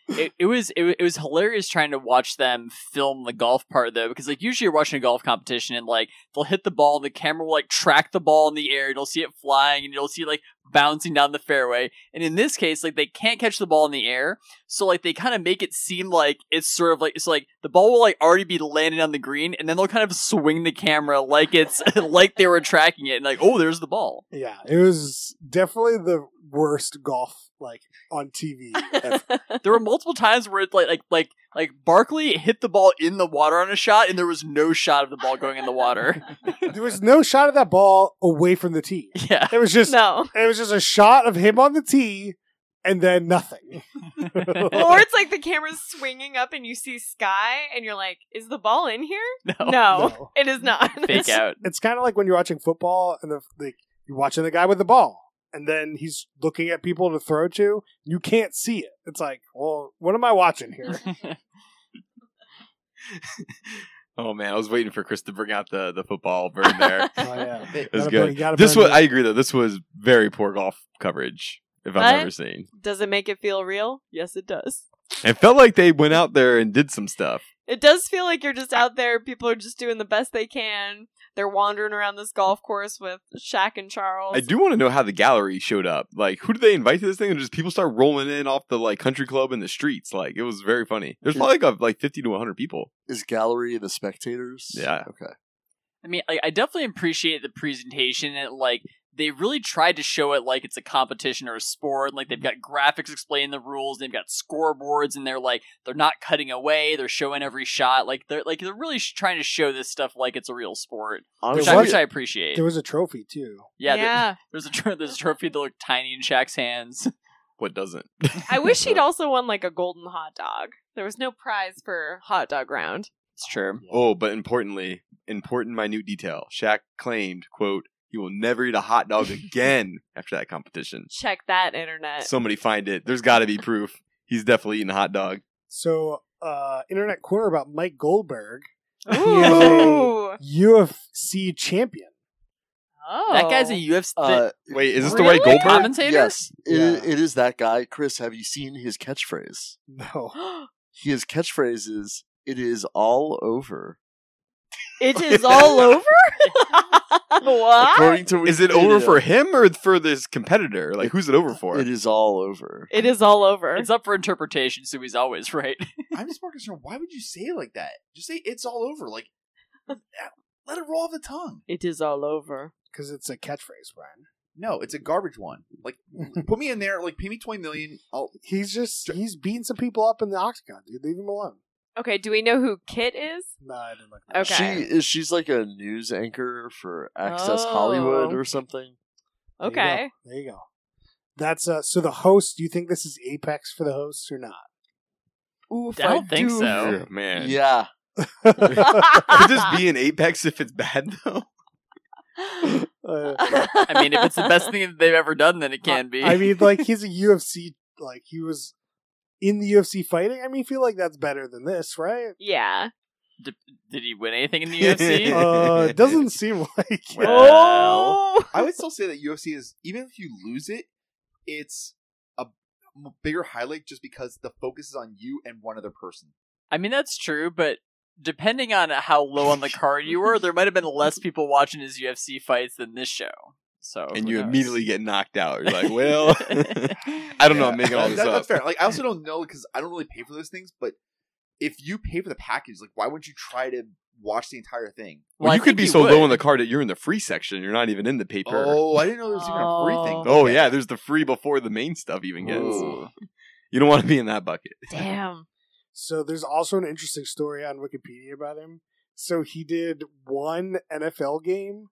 it, it was it, wa- it was hilarious trying to watch them film the golf part though because like usually you're watching a golf competition and like they'll hit the ball and the camera will like track the ball in the air and you'll see it flying and you'll see like bouncing down the fairway. And in this case, like they can't catch the ball in the air, so like they kind of make it seem like it's sort of like it's like the ball will like already be landing on the green, and then they'll kind of swing the camera like it's like they were tracking it, and like oh, there's the ball. Yeah, it was definitely the worst golf like on TV. ever. There were multiple times where it's like like like like Barkley hit the ball in the water on a shot, and there was no shot of the ball going in the water. there was no shot of that ball away from the tee. yeah. It was just no. it was just a shot of him on the tee and then nothing. Or it's like the camera's swinging up and you see sky and you're like, is the ball in here? No, No. it is not. Fake out. It's kind of like when you're watching football and the like you're watching the guy with the ball and then he's looking at people to throw to. You can't see it. It's like, well, what am I watching here? Oh man, I was waiting for Chris to bring out the the football burn there. Oh, yeah. It was Gotta good. burn- you gotta this burn was the- I agree though. This was very poor golf coverage if I've Right? ever seen. Does it make it feel real? Yes, it does. It felt like they went out there and did some stuff. It does feel like you're just out there. People are just doing the best they can. They're wandering around this golf course with Shaq and Charles. I do want to know how the gallery showed up. Like, who did they invite to this thing? And just people start rolling in off the like country club in the streets. Like, it was very funny. There's probably like, a- like 50 to 100 people. Is gallery the spectators? Yeah. Okay. I mean, I, I definitely appreciate the presentation. And like they really tried to show it like it's a competition or a sport. Like they've got graphics explaining the rules. They've got scoreboards, and they're like they're not cutting away. They're showing every shot. Like they're like they're really sh- trying to show this stuff like it's a real sport, which, There's I, one- which I appreciate. There was a trophy too. yeah, there- there's a tro- there's a trophy that looked tiny in Shaq's hands. What doesn't? I wish he'd also won like a golden hot dog. There was no prize for hot dog round. It's true. Oh, but importantly, important minute detail. Shaq claimed, quote, he will never eat a hot dog again after that competition. Check that internet. Somebody find it. There's got to be proof. He's definitely eating a hot dog. So, uh, internet corner about Mike Goldberg, Ooh. UFC champion. Oh. That guy's a UFC. Uh, Wait, is this Really? the right Goldberg? Commentators? Yes, it, Yeah. it is that guy. Chris, have you seen his catchphrase? No, His catchphrase is "It is all over." It is all over? what? According to Is it Wikipedia, over for him or for this competitor? Like, who's it over for? It is all over. It is all over. it's up for interpretation, so he's always right. I'm just more concerned. Why would you say it like that? Just say it's all over. Like, uh, let it roll off the tongue. It is all over. because it's a catchphrase, Brian. No, it's a garbage one. Like, put me in there. Like, pay me twenty million. I'll He's just he's beating some people up in the octagon, dude. Leave him alone. Okay, do we know who Kit is? No, I didn't like that. Okay. She is. She's like a news anchor for Access Oh. Hollywood or something. There you go. Okay. there you go. That's uh. So the host. Do you think this is Apex for the host or Oof, I don't think do. so. Oh, man. Yeah. not? Could this be an Apex if it's bad, though? Uh, I mean, if it's the best thing that they've ever done, then it can be. I mean, like he's a UFC. Like he was in the UFC fighting. I mean, feel like that's better than this, right? Yeah. Did he win anything in the UFC? Uh, doesn't seem like. Well, Oh. I would still say that UFC is even if you lose it, it's a m- bigger highlight just because the focus is on you and one other person. I mean, that's true, but depending on how low on the card you were, there might have been less people watching his UFC fights than this show. So and who you knows? immediately get knocked out. You're like, well, I don't know. I'm making all this That- up. That's fair. Like I also don't know because I don't really pay for those things. But if you pay for the package, like why wouldn't you try to watch the entire thing? Well, I you could think be he so low would. on the card that you're in the free section. You're not even in the paper. Oh, Oh, I didn't know there was even a free thing. Okay. yeah, there's the free before the main stuff even gets. Ooh. You don't want to be in that bucket. Damn. So there's also an interesting story on Wikipedia about him. So he did one NFL game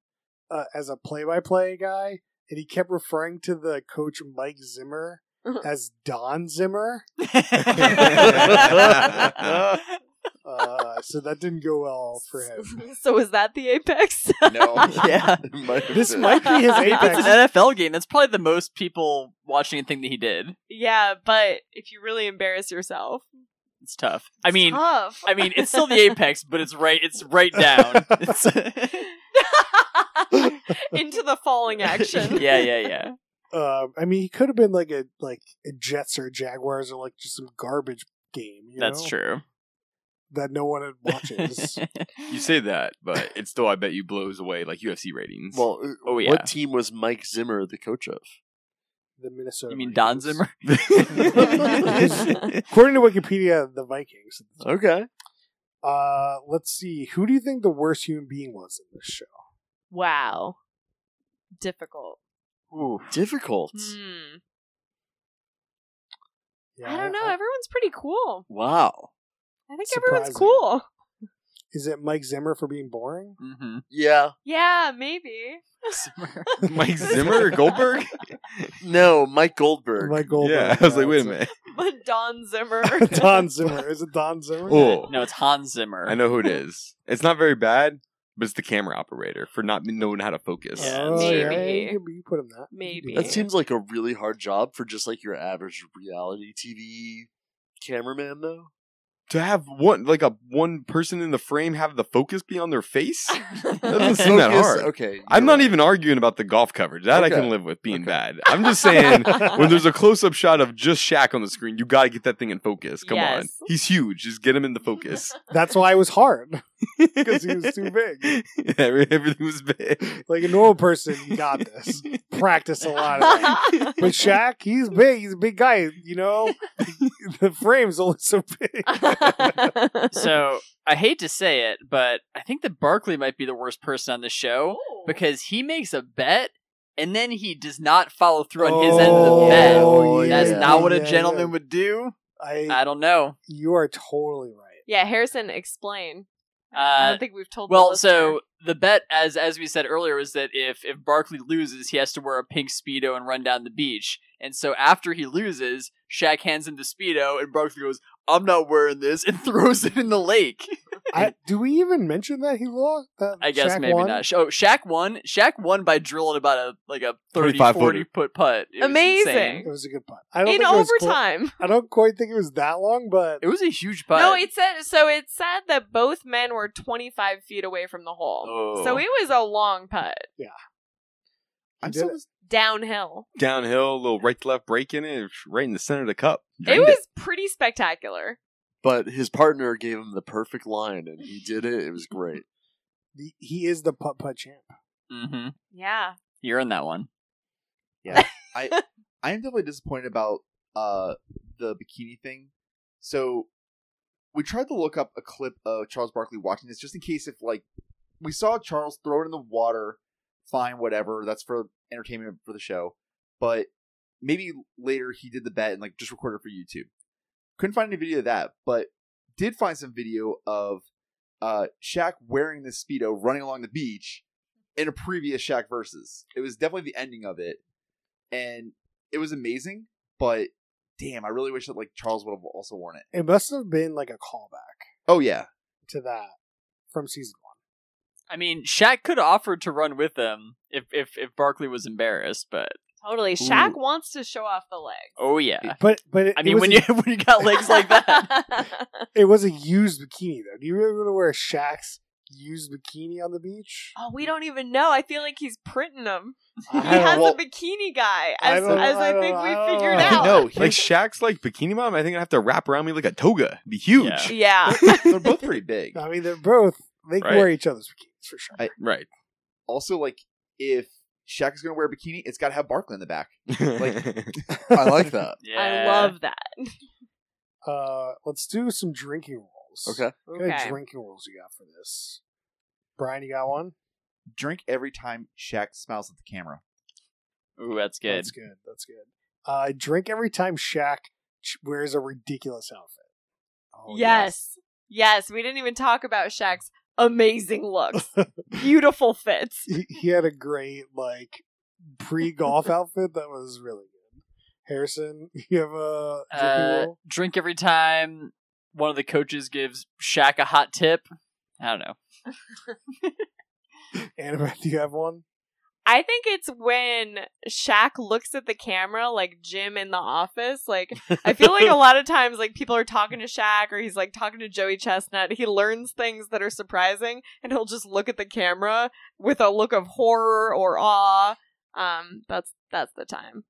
uh, as a play-by-play guy, and he kept referring to the coach Mike Zimmer as Don Zimmer. Uh, so that didn't go well for him. So is that the apex? No. yeah, This might be his it's an apex. NFL game. That's probably the most people watching anything that he did. yeah, but if you really embarrass yourself, It's tough. I mean, tough. I mean, it's still the apex, but it's right. It's right down. It's, into the falling action. yeah, yeah, yeah. Uh, I mean, he could have been like a like a Jets or Jaguars or like just some garbage game. you That's know, true. That no one watches. You say that, but it still, I bet you blows away like UFC ratings. Well, uh, Oh, yeah. what team was Mike Zimmer the coach of? the Minnesota. You mean Vikings. Don Zimmer? Mm-hmm. According to Wikipedia, the Vikings. Okay. Uh, let's see. Who do you think the worst human being was in this show? Wow. Difficult. Difficult. Hmm. Yeah, I don't know. Everyone's pretty cool. Wow. I think Surprising. everyone's cool. is it Mike Zimmer for being boring? hmm Yeah. Yeah, maybe. Mike Zimmer or Goldberg? No, Mike Goldberg. Mike Goldberg. Yeah, I was like, wait a it's minute. But Don Zimmer. Don Zimmer. Is it Don Zimmer? Oh, No, it's Hans Zimmer. I know who it is. It's not very bad, but it's the camera operator for not knowing how to focus. Yeah, oh, maybe. yeah, you can- you put him that. Maybe. That seems like a really hard job for just like your average reality TV cameraman, though. To have one like a one person in the frame have the focus be on their face. That Doesn't doesn't seem that Focus- hard. Okay. I'm you're not right. even arguing about the golf coverage. That Okay. I can live with being Okay. bad. I'm just saying when there's a close up shot of just Shaq on the screen, you got to get that thing in focus. Come on. Yes. He's huge. Just get him in the focus. That's why it was hard because he was too big. Every- Everything was big. Like a normal person, you got this. Practice a lot of that. But Shaq, he's big. He's a big guy. You know, the frame's only so big. so I hate to say it, but I think that Barkley might be the worst person on the show because he makes a bet and then he does not follow through on his end of the bet. Oh, yeah, That's not what a yeah, gentleman yeah. would do. I, I don't know. you are totally right. yeah, Harrison, explain. I Uh, don't think we've told. the well, listener. so the bet, as as we said earlier, is that if if Barkley loses, he has to wear a pink speedo and run down the beach. And so after he loses, Shaq hands him the speedo, and Barkley goes, "I'm not wearing this," and throws it in the lake. I, do we even mention that he lost? That I guess Shaq maybe won? not. Sh- Oh, Shaq won. Shaq won by drilling about a like a 30, 25 40 footer. foot putt. It was Amazing. insane. It was a good putt. I don't in think it was clo- overtime. I don't quite think it was that long, but It was a huge putt. No, it said so. It said that both men were 25 feet away from the hole, Oh. so it was a long putt he I'm did so it. downhill. Downhill, little right to left break in it, right in the center of the cup. it Drained was pretty spectacular. But his partner gave him the perfect line, and he did it. It was great. The, he is the putt putt champ. Mm-hmm. Yeah, You're in that one. I am definitely disappointed about uh the bikini thing. So we tried to look up a clip of Charles Barkley watching this just in case if like we saw Charles throw it in the water, fine, whatever. That's for entertainment for the show. But maybe later he did the bet and like just recorded it for YouTube. Couldn't find any video of that, but did find some video of uh Shaq wearing this speedo running along the beach in a previous Shaq versus. It was definitely the ending of it. And it was amazing, but damn, I really wish that like Charles would have also worn it. It must have been like a callback Oh yeah. to that from season one. I mean, Shaq could have offered to run with him if if if Barkley was embarrassed, but totally. Shaq wants to show off the leg. oh yeah. But but it, I it mean, was when a, you when you got legs like that, it was a used bikini though. Do you really want to wear Shaq's used bikini on the beach? oh, we don't even know. I feel like he's printing them. I He don't has know. a bikini guy, I as don't- as I I don't- think we I don't figured know. out. No, Like here's, Shaq's like bikini bottom. I think I have to wrap around me like a toga. It'd be huge. Yeah. Yeah. they're both pretty big. I mean, they're both they can Right. wear each other's bikinis for sure. I- Right. Also, like if Shaq is gonna wear a bikini, it's gotta have Barkley in the back. Like I like that. yeah. I love that. Uh, let's do some drinking rules. Okay. What kind of Okay. drinking rules you got for this? Brian, you got one? Drink every time Shaq smiles at the camera. Ooh, that's good. That's good. That's good. Uh, drink every time Shaq ch- wears a ridiculous outfit. Oh, yes. Yes, we didn't even talk about Shaq's amazing looks. Beautiful fits. He, he had a great like pre golf outfit that was really good. Harrison, you have a drinking Uh, rule? drink every time one of the coaches gives Shaq a hot tip. I don't know. Annabeth, do you have one? I think it's when Shaq looks at the camera like Jim in the office. Like I feel like a lot of times like people are talking to Shaq or he's like talking to Joey Chestnut. He learns things that are surprising and he'll just look at the camera with a look of horror or awe. Um that's that's the time.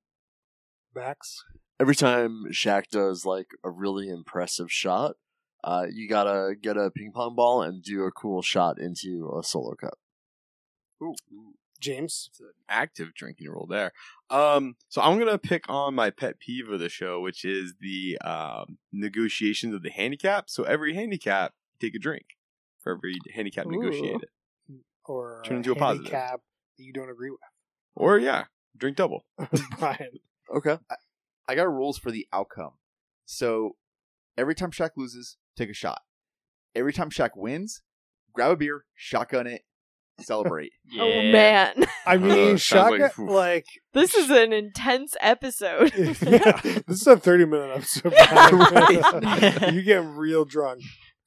Max? Every time Shaq does like a really impressive shot, uh, you gotta get a ping pong ball and do a cool shot into a solo cup. James. It's an active drinking rule there. Um, so I'm gonna pick on my pet peeve of the show, which is the um, negotiations of the handicap. So every handicap, take a drink for every handicap Ooh. negotiated, Or Turn into a positive. handicap that you don't agree or yeah, drink double. with. Brian. Okay. I got rules for the outcome. So every time Shaq loses, take a shot. Every time Shaq wins, grab a beer, shotgun it, celebrate. Yeah. Oh man, I mean, Uh, sounds shotgun. like- Like, this is an intense episode. yeah, this is a thirty-minute episode. Brian. Right. you get real drunk.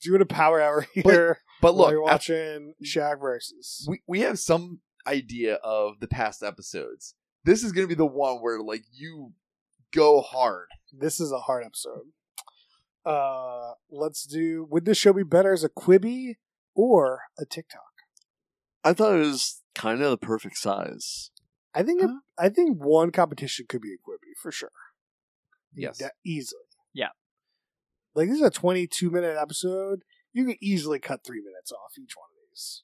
Doing a power hour here. but while look, you're after- watching Shaq versus. we we have some idea of the past episodes. This is going to be the one where like you go hard. This is a hard episode. Uh, let's do. Would this show be better as a Quibi or a TikTok? I thought it was kind of the perfect size. I think. it- I think one competition could be a Quibi for sure. Yes. De- easily. Yeah. Like this is a 22 minute episode. You could easily cut three minutes off each one of these.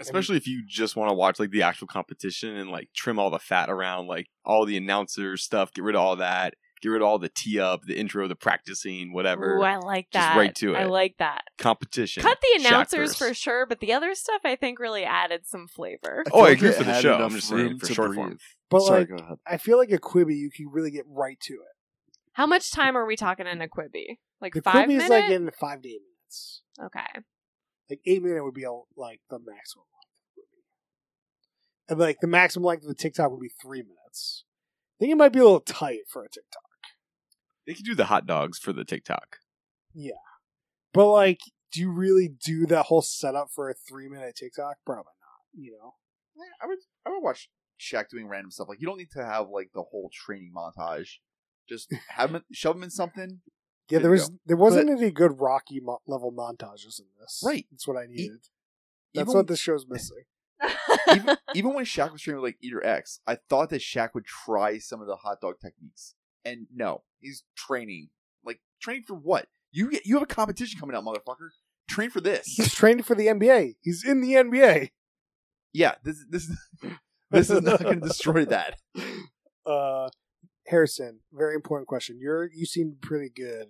Especially if you just want to watch like the actual competition and like trim all the fat around, like all the announcer stuff. Get rid of all that. Get rid of all the tee up, the intro, the practicing, whatever Ooh, I like Just that. right to I it. like that. competition. Cut the Shaq announcers first. for sure, but the other stuff I think really added some flavor. Oh, I feel agree it for the had show. enough I'm just saying room for to short form. breathe. But Sorry, like, go ahead. I feel like a Quibi, you can really get right to it. How much time are we talking in a Quibi? Like The five Quibi minutes? is like in five to eight minutes. okay. Like eight minute would be a, like the maximum length of the Quibi. And like the maximum length of the TikTok would be three minutes. I think it might be a little tight for a TikTok. They could do the hot dogs for the TikTok. But like, do you really do that whole setup for a three minute TikTok? Probably not. You know. Yeah, I would I would watch Shaq doing random stuff. Like you don't need to have like the whole training montage. Just have him shove him in something. Yeah, Good there to was there wasn't any good Rocky mo- level montages in this. Right. E that's what I needed. That's Even, what this show's missing. even, even when Shaq was training with like Eater X, I thought that Shaq would try some of the hot dog techniques. And no, he's training. Like training for what? You get, you have a competition coming out, motherfucker. Train for He's this. trained for the NBA. He's in the NBA. yeah, this this this is not going to destroy that. Uh, Harrison, very important question. You're you seem pretty good,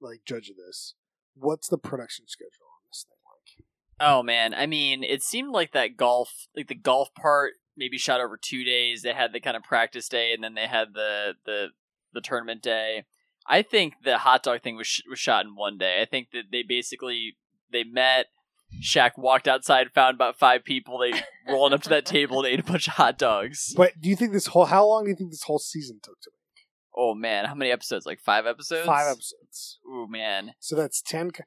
like judge of this. What's the production schedule on this thing like? Oh man, I mean, it seemed like that golf, like the golf part, maybe shot over two days. They had the kind of practice day, and then they had the the the tournament day. I think the hot dog thing was sh- was shot in one day. I think that they basically they met. Shaq walked outside, found about five people. They rolled up to that table and ate a bunch of hot dogs. But do you think this whole how long do you think this whole season took to make? Oh man, how many episodes? Like five episodes. Five episodes. Oh man. So that's ten, co-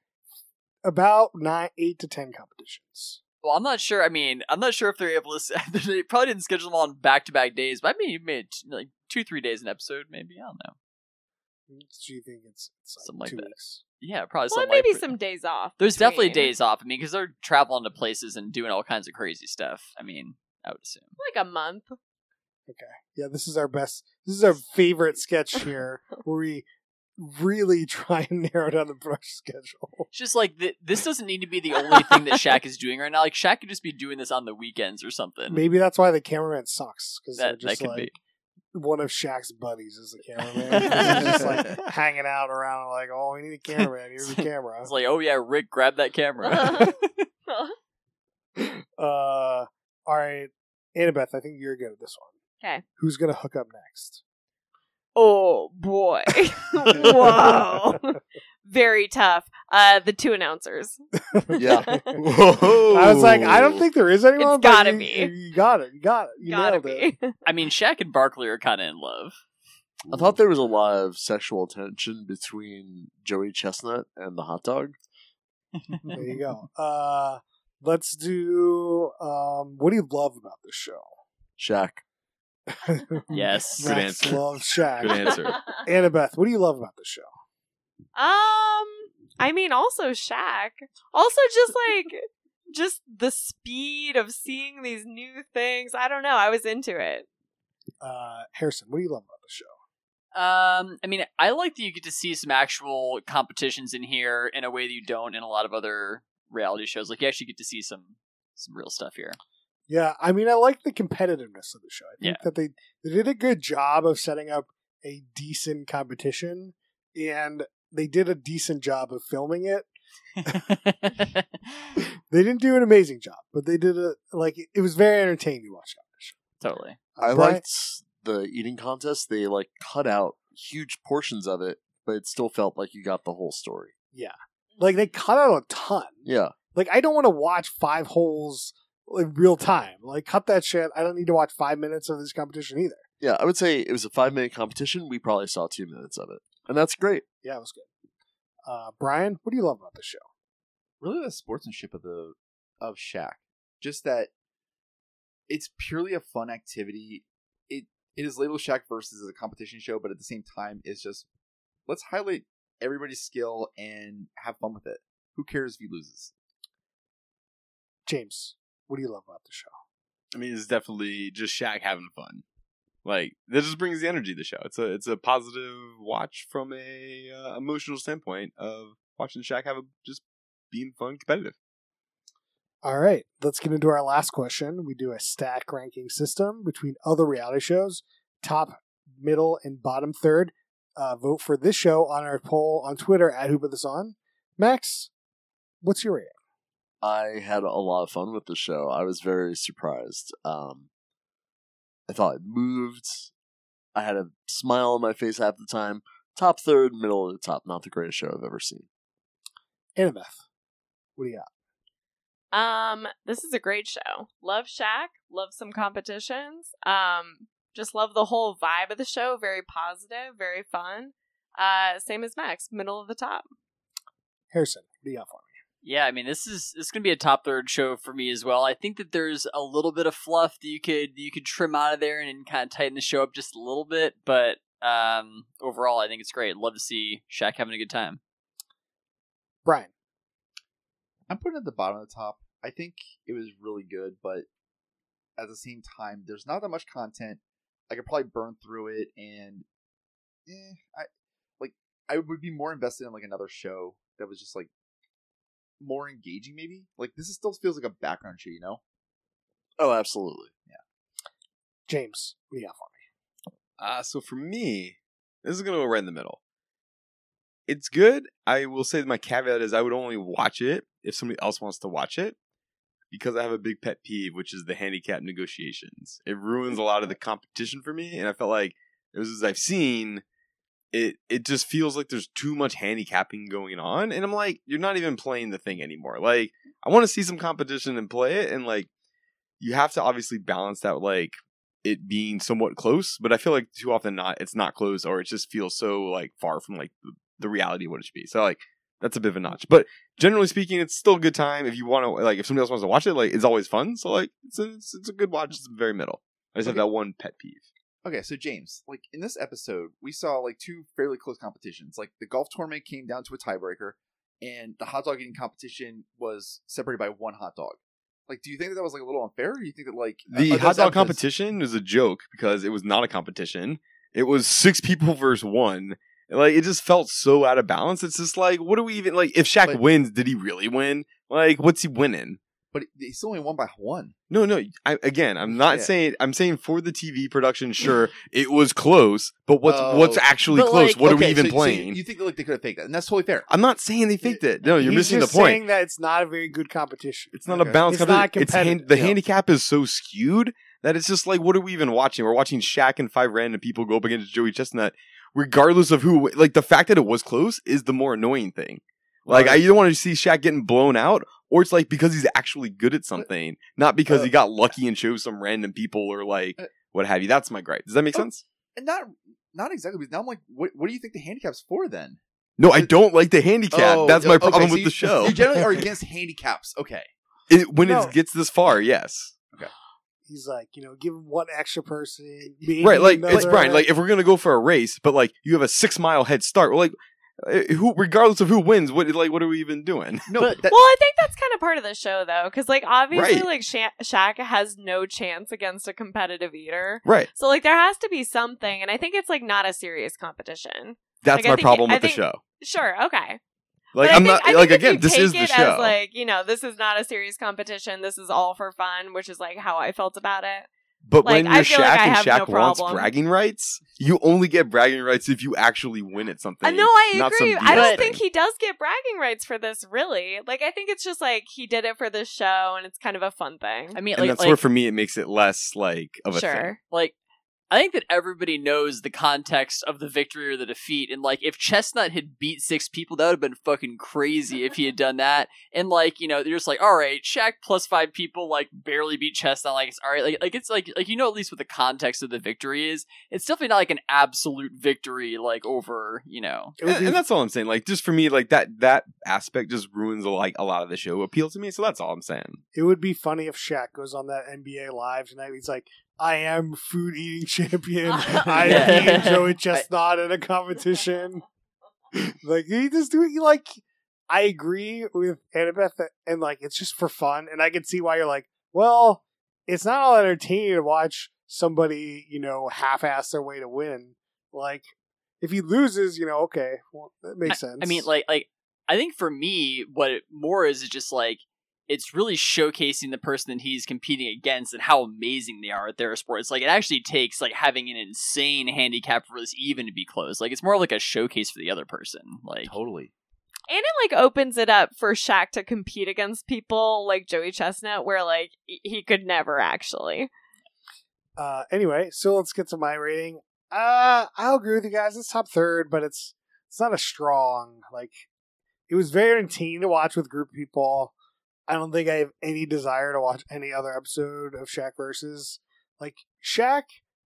about nine, eight to ten competitions. Well, I'm not sure. I mean, I'm not sure if they're able to. s- They probably didn't schedule them on back to back days, but I mean, you made like two, three days an episode, maybe. I don't know. Do you think it's, it's like Something like two that. weeks? Yeah, probably. Well, something like maybe that. some days off. There's definitely between. days off. I mean, because they're traveling to places and doing all kinds of crazy stuff. I mean, I would assume. Like a month. Yeah, this is our best. This is our favorite sketch here, where we really try and narrow down the brush schedule. It's just like th- this doesn't need to be the only thing that Shaq is doing right now. Like Shaq could just be doing this on the weekends or something. Maybe that's why the cameraman sucks because they're that that just could like be. one of Shaq's buddies is the cameraman, He's just like hanging out around, like, oh, we need a cameraman. Here's the camera. It's like, oh yeah, Rick, grab that camera. uh, all right, Annabeth, I think you're good at this one. 'Kay. Who's gonna hook up next? Oh boy. Whoa. Very tough. Uh the two announcers. Yeah. Whoa! I was like, I don't think there is anyone. Oh. It's but gotta you- be. You got it. You got it. You Gotta nailed it. be. I mean, Shaq and Barkley are kind of in love. I thought there was a lot of sexual tension between Joey Chestnut and the hot dog. There you go. Uh, let's do. Um, what do you love about this show? Shaq. Yes. Good Max answer. Loves Good Shaq. answer. Annabeth, what do you love about this show? Um, I mean, also Shaq. Also, just like, just the speed of seeing these new things. I don't know. I was into it. Uh, Harrison, what do you love about the show? Um, I mean, I like that you get to see some actual competitions in here in a way that you don't in a lot of other reality shows. Like, you actually get to see some some real stuff here. Yeah, I mean, I like the competitiveness of the show. I think Yeah. that they, they did a good job of setting up a decent competition, and they did a decent job of filming it. They didn't do an amazing job, but they did a like it was very entertaining to watch. totally. I Right. liked the eating contest. They like cut out huge portions of it, but it still felt like you got the whole story. Like they cut out a ton. Yeah, Like I don't want to watch five holes in real time. Like cut that shit. I don't need to watch five minutes of this competition either. yeah. I would say it was a five minute competition. We probably saw two minutes of it, and that's great. Yeah, it was good. Uh, Brian, what do you love about this show? really the sportsmanship of the of Shaq. Just that it's purely a fun activity. It it is labeled Shaq versus as a competition show, but at the same time, it's just let's highlight everybody's skill and have fun with it. Who cares if he loses? James, what do you love about the show? I mean, it's definitely just Shaq having fun. Like this just brings the energy to the show. It's a it's a positive watch from a uh, emotional standpoint of watching Shaq have a just being fun, competitive. All right, let's get into our last question. We do a stack ranking system between other reality shows, top, middle, and bottom third. Uh, vote for this show on our poll on Twitter at Who Put This On. Max, what's your rating? I had a lot of fun with the show. I was very surprised. Um, I thought it moved. I had a smile on my face half the time. Top third, middle of the top. Not the greatest show I've ever seen. Annabeth, what do you got? Um, this is a great show. Love Shaq. Love some competitions. Um, just love the whole vibe of the show. Very positive. Very fun. Uh, same as Max. Middle of the top. Harrison, what do you got for me? Yeah, I mean this is this is gonna be a top third show for me as well. I think that there's a little bit of fluff that you could you could trim out of there and, kind of tighten the show up just a little bit, but um overall I think it's great. Love to see Shaq having a good time. Brian, I'm putting it at the bottom of the top. I think it was really good, but at the same time, there's not that much content. I could probably burn through it, and eh, I like I would be more invested in like another show that was just like more engaging, maybe. Like this is still feels like a background show, you know? Oh, absolutely. James, what do you got for me? Uh, so for me, this is gonna go right in the middle. It's good. I will say that my caveat is I would only watch it if somebody else wants to watch it, because I have a big pet peeve, which is the handicap negotiations. It ruins a lot of the competition for me, and I felt like as as I've seen, it it just feels like there's too much handicapping going on, and I'm like, you're not even playing the thing anymore. Like I want to see some competition and play it, and like you have to obviously balance that like it being somewhat close, but I feel like too often not it's not close or it just feels so like far from like the- the reality of what it should be. So like that's a bit of a notch. But generally speaking, it's still a good time. If you want to like if somebody else wants to watch it, like it's always fun. So like it's a, it's, it's a good watch. It's very middle. I just Okay. have that one pet peeve. Okay, so James, like in this episode, we saw like two fairly close competitions. Like the golf tournament came down to a tiebreaker, and the hot dog eating competition was separated by one hot dog. Like, do you think that, that was like a little unfair? Or do you think that like The are hot those dog episodes- competition is a joke because it was not a competition. It was six people versus one. Like it just felt so out of balance. It's just like, what do we even like? If Shaq But- wins, did he really win? Like, what's he winning? But they still only won by one. No, no. I, again, I'm not Yeah. saying. I'm saying for the TV production, sure, it was close, but what's Oh. what's actually But, close? like, what are we Okay, so- even so you- playing? you think that like they could have faked that, and that's totally fair. I'm not saying they faked it. No, you're He's missing the just point. Saying that it's not a very good competition. It's not Okay. a balanced It's competition. not It's hand, competitive, the yeah. handicap is so skewed that it's just like, what are we even watching? We're watching Shaq and five random people go up against Joey Chestnut, regardless of who. Like the fact that it was close is the more annoying thing. Like I either want to see Shaq getting blown out, or it's like because he's actually good Uh, at something, not because he got lucky and chose some random people or like Uh, what have you. That's my gripe. Does that make Oh. sense? and not not exactly. Because now I'm like, what, what do you think the handicaps for then? No, I Uh, don't like the handicap. Oh, That's my okay, problem so with you- the show. You generally are against handicaps. Okay, It- when No. it gets this far, yes. He's like, you know, give him one extra person. maybe right like it's another. brian like if we're gonna go for a race but like you have a six mile head start like uh, who regardless of who wins what like what are we even doing no, But- but, that, well, I think that's kind of part of the show, though, because like obviously, Right. like Sha- Shaq has no chance against a competitive eater. right So like there has to be something, and I think it's like not a serious competition. that's Like, I my think- problem I with the think- show Sure, okay. Like But I I'm think- not I think like if you again. This take is the it show. As like you know, this is not a serious competition. This is all for fun, which is like how I felt about it. But Like, when I you're feel Shaq like I and have Shaq no wants problem. bragging rights, you only get bragging rights if you actually win at something. Uh, no, I not some agree. I don't BS think thing. he does get bragging rights for this. Really, like I think it's just like he did it for this show, and it's kind of a fun thing. I mean, And like, that's like, where for me it makes it less like of a thing. sure. like I think that everybody knows the context of the victory or the defeat, and like if Chestnut had beat six people, that would have been fucking crazy if he had done that. And like you know, they're just like, all right, Shaq plus five people like barely beat Chestnut. Like it's all right, like like it's like like you know at least what the context of the victory is. It's definitely not like an absolute victory, like over you know. It would and, be- and that's all I'm saying. Like, just for me, like that that aspect just ruins like a lot of the show appeal to me. So that's all I'm saying. It would be funny if Shaq goes on that NBA live tonight. He's like, I am food eating champion. I am Yeah. eating Joey Chestnut in a competition. like he just do it like I agree with Annabeth that- and like it's just for fun. And I can see why you're like, well, it's not all entertaining to watch somebody, you know, half ass their way to win. Like if he loses, you know, okay, well, that makes sense. I mean, like, like I think for me, what it more is is just like it's really showcasing the person that he's competing against and how amazing they are at their sport. It's like it actually takes like having an insane handicap for this even to be close. Like it's more of like a showcase for the other person. Like Totally. And it like opens it up for Shaq to compete against people like Joey Chestnut, where like he- he could never actually. Uh, anyway, so let's get to my rating. Uh, I'll agree with you guys. It's top third, but it's it's not a strong like. It was very entertaining to watch with group people. I don't think I have any desire to watch any other episode of Shaq versus like Shaq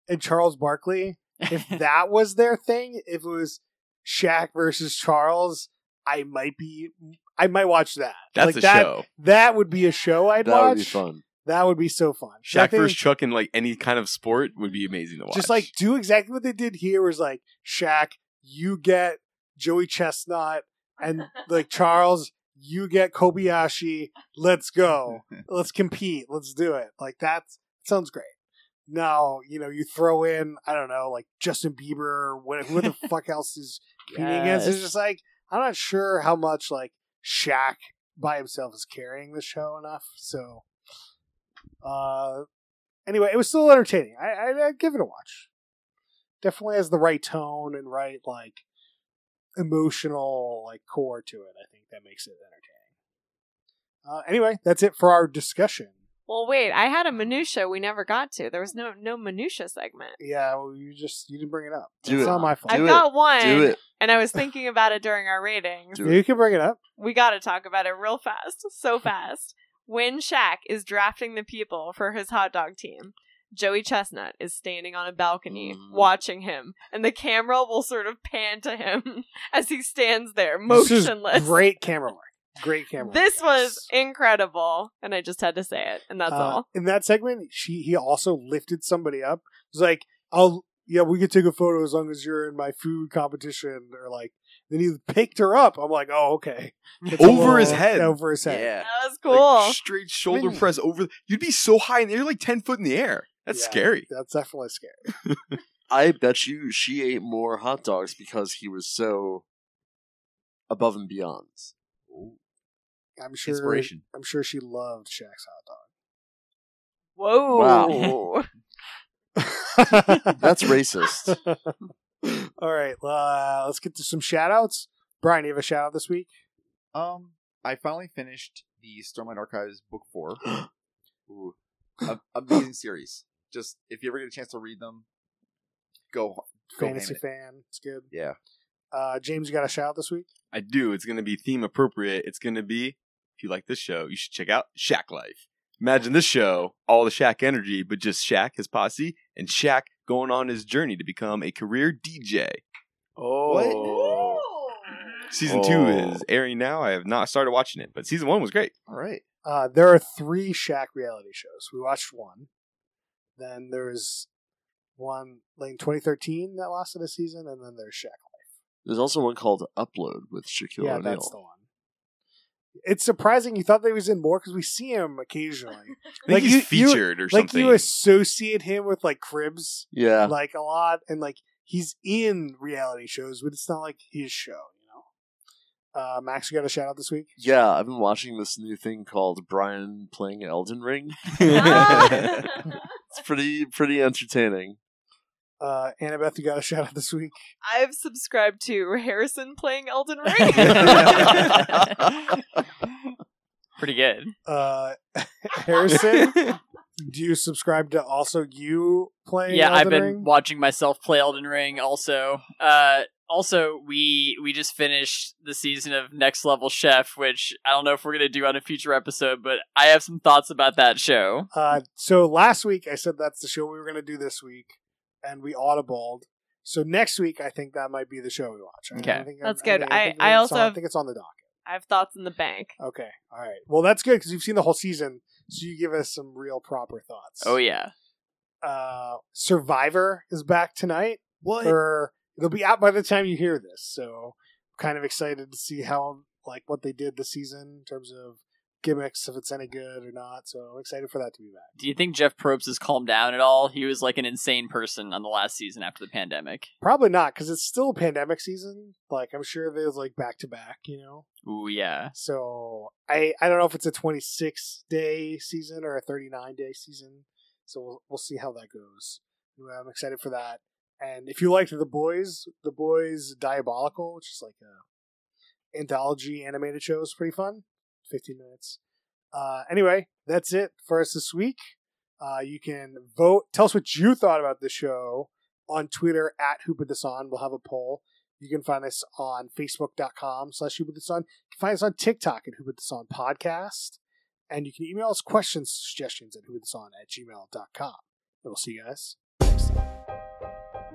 and Charles Barkley. If that was their thing, if it was Shaq versus Charles, I might be. I might watch that. That's like a that, show. That would be a show I'd that watch. would be fun. That would be so fun. Shaq Nothing- versus Chuck in like any kind of sport would be amazing to watch. just like do exactly what they did here was like Shaq, you get Joey Chestnut, and like Charles, you get Kobayashi. Let's go. Let's compete. Let's do it. Like that sounds great. Now, you know, you throw in, I don't know, like Justin Bieber or what, who the fuck else is competing against. It's Yes. just like, I'm not sure how much like Shaq by himself is carrying the show enough. So, uh, anyway, it was still entertaining. I, I I'd give it a watch. Definitely has the right tone and right like emotional like core to it. I think that makes it entertaining. Uh, anyway, that's it for our discussion. Well, wait, I had a minutia we never got to. There was no no minutia segment. Yeah, well, you just you didn't bring it up. Do it's it. not my fault. I've it. got one, Do it. and I was thinking about it during our ratings. Do you can bring it up. we got to talk about it real fast, so fast. When Shaq is drafting the people for his hot dog team, Joey Chestnut is standing on a balcony Mm. watching him, and the camera will sort of pan to him as he stands there This is motionless. great camera work. Great camera. work, This guys. was incredible, and I just had to say it, and that's Uh, all. In that segment, she he also lifted somebody up. It was like, "I'll yeah, we could take a photo as long as you're in my food competition," or like. Then he picked her up. I'm like, "Oh, okay." It's a Over his head. Over his head. Yeah. That was Like, cool. straight shoulder Mm. press over. You'd be so high in the air, like ten foot in the air. That's Yeah. scary. That's definitely scary. I bet you she ate more hot dogs because he was so above and beyond. I'm sure. Inspiration. I'm sure she loved Shaq's hot dog. Whoa. Wow. That's racist. All right, uh, let's get to some shout outs. Brian, you have a shout out this week? Um, I finally finished the Stormlight Archives book four. Ooh, a- amazing series. Just if you ever get a chance to read them, go Go name Fantasy it. fan. It's good. yeah. Uh, James, you got a shout out this week? I do. It's going to be theme appropriate. It's going to be if you like this show, you should check out Shack Life. Imagine this show, all the Shack energy, but just Shack, his posse, and Shack going on his journey to become a career DJ. Oh, Season Oh. two is airing now. I have not started watching it, but season one was great. All right. Uh, there are three Shaq reality shows. We watched one. Then there was one like in 2013 that lasted a season, and then there's Shaq. there's also one called Upload with Shaquille yeah, that's the O'Neal. one. It's surprising you thought that he was in more because we see him occasionally. I think Like, he's you- you- featured or like something. you associate him with like Cribs. Yeah, like a lot and like he's in reality shows but it's not like his show you know Uh, Max, you got a shout out this week? Yeah, I've been watching this new thing called Brian playing Elden Ring. Ah. It's pretty pretty entertaining. Uh, Annabeth, you got a shout out this week? I've subscribed to Harrison playing Elden Ring. Pretty good. Uh, Harrison, do you subscribe to also you playing? yeah, I've Elden been Ring? watching myself play Elden Ring. Also, uh, also we we just finished the season of Next Level Chef, which I don't know if we're gonna do on a future episode, but I have some thoughts about that show. Uh, so last week I said that's the show we were going to do this week, and we audibled. So next week I think that might be the show we watch. I- I Okay. think- That's I- I good. think- I- think I it's also on- I have- think it's on the docket. I have thoughts in the bank. Okay, all right. Well, that's good because you've seen the whole season, so you give us some real proper thoughts. Oh yeah, Uh, Survivor is back tonight, What? or it'll be out by the time you hear this. So, kind of excited to see how like what they did this season in terms of gimmicks, if it's any good or not. So, I'm excited for that to be back. do you think Jeff Probst has calmed down at all? He was like an insane person on the last season after the pandemic. Probably not, because it's still pandemic season. Like I'm sure there's like back to back, you know. Ooh yeah, So I I don't know if it's a 26 day season or a 39 day season. So we'll we'll see how that goes. Anyway, I'm excited for that. And if you liked the boys, the boys diabolical, which is like a anthology animated show, is pretty fun. 15 minutes. Uh, anyway, that's it for us this week. Uh, you can vote. Tell us what you thought about the show on Twitter at Who Put This On. We'll have a poll. You can find us on Facebook.com slash Who Put This On. You can find us on TikTok at Who Put This On Podcast. And you can email us questions, suggestions at Who Put This On at gmail.com. And we'll see you guys next time.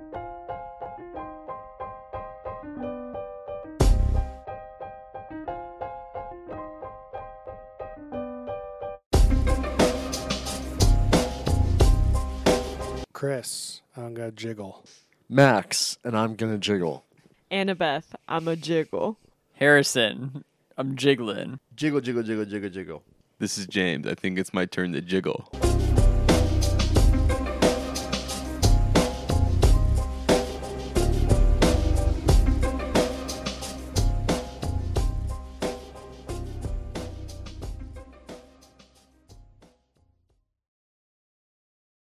Chris, I'm gonna jiggle. Max, and I'm gonna jiggle. Annabeth, I'm a jiggle. Harrison, I'm jiggling. Jiggle, jiggle, jiggle, jiggle, jiggle. This is James. I think it's my turn to jiggle.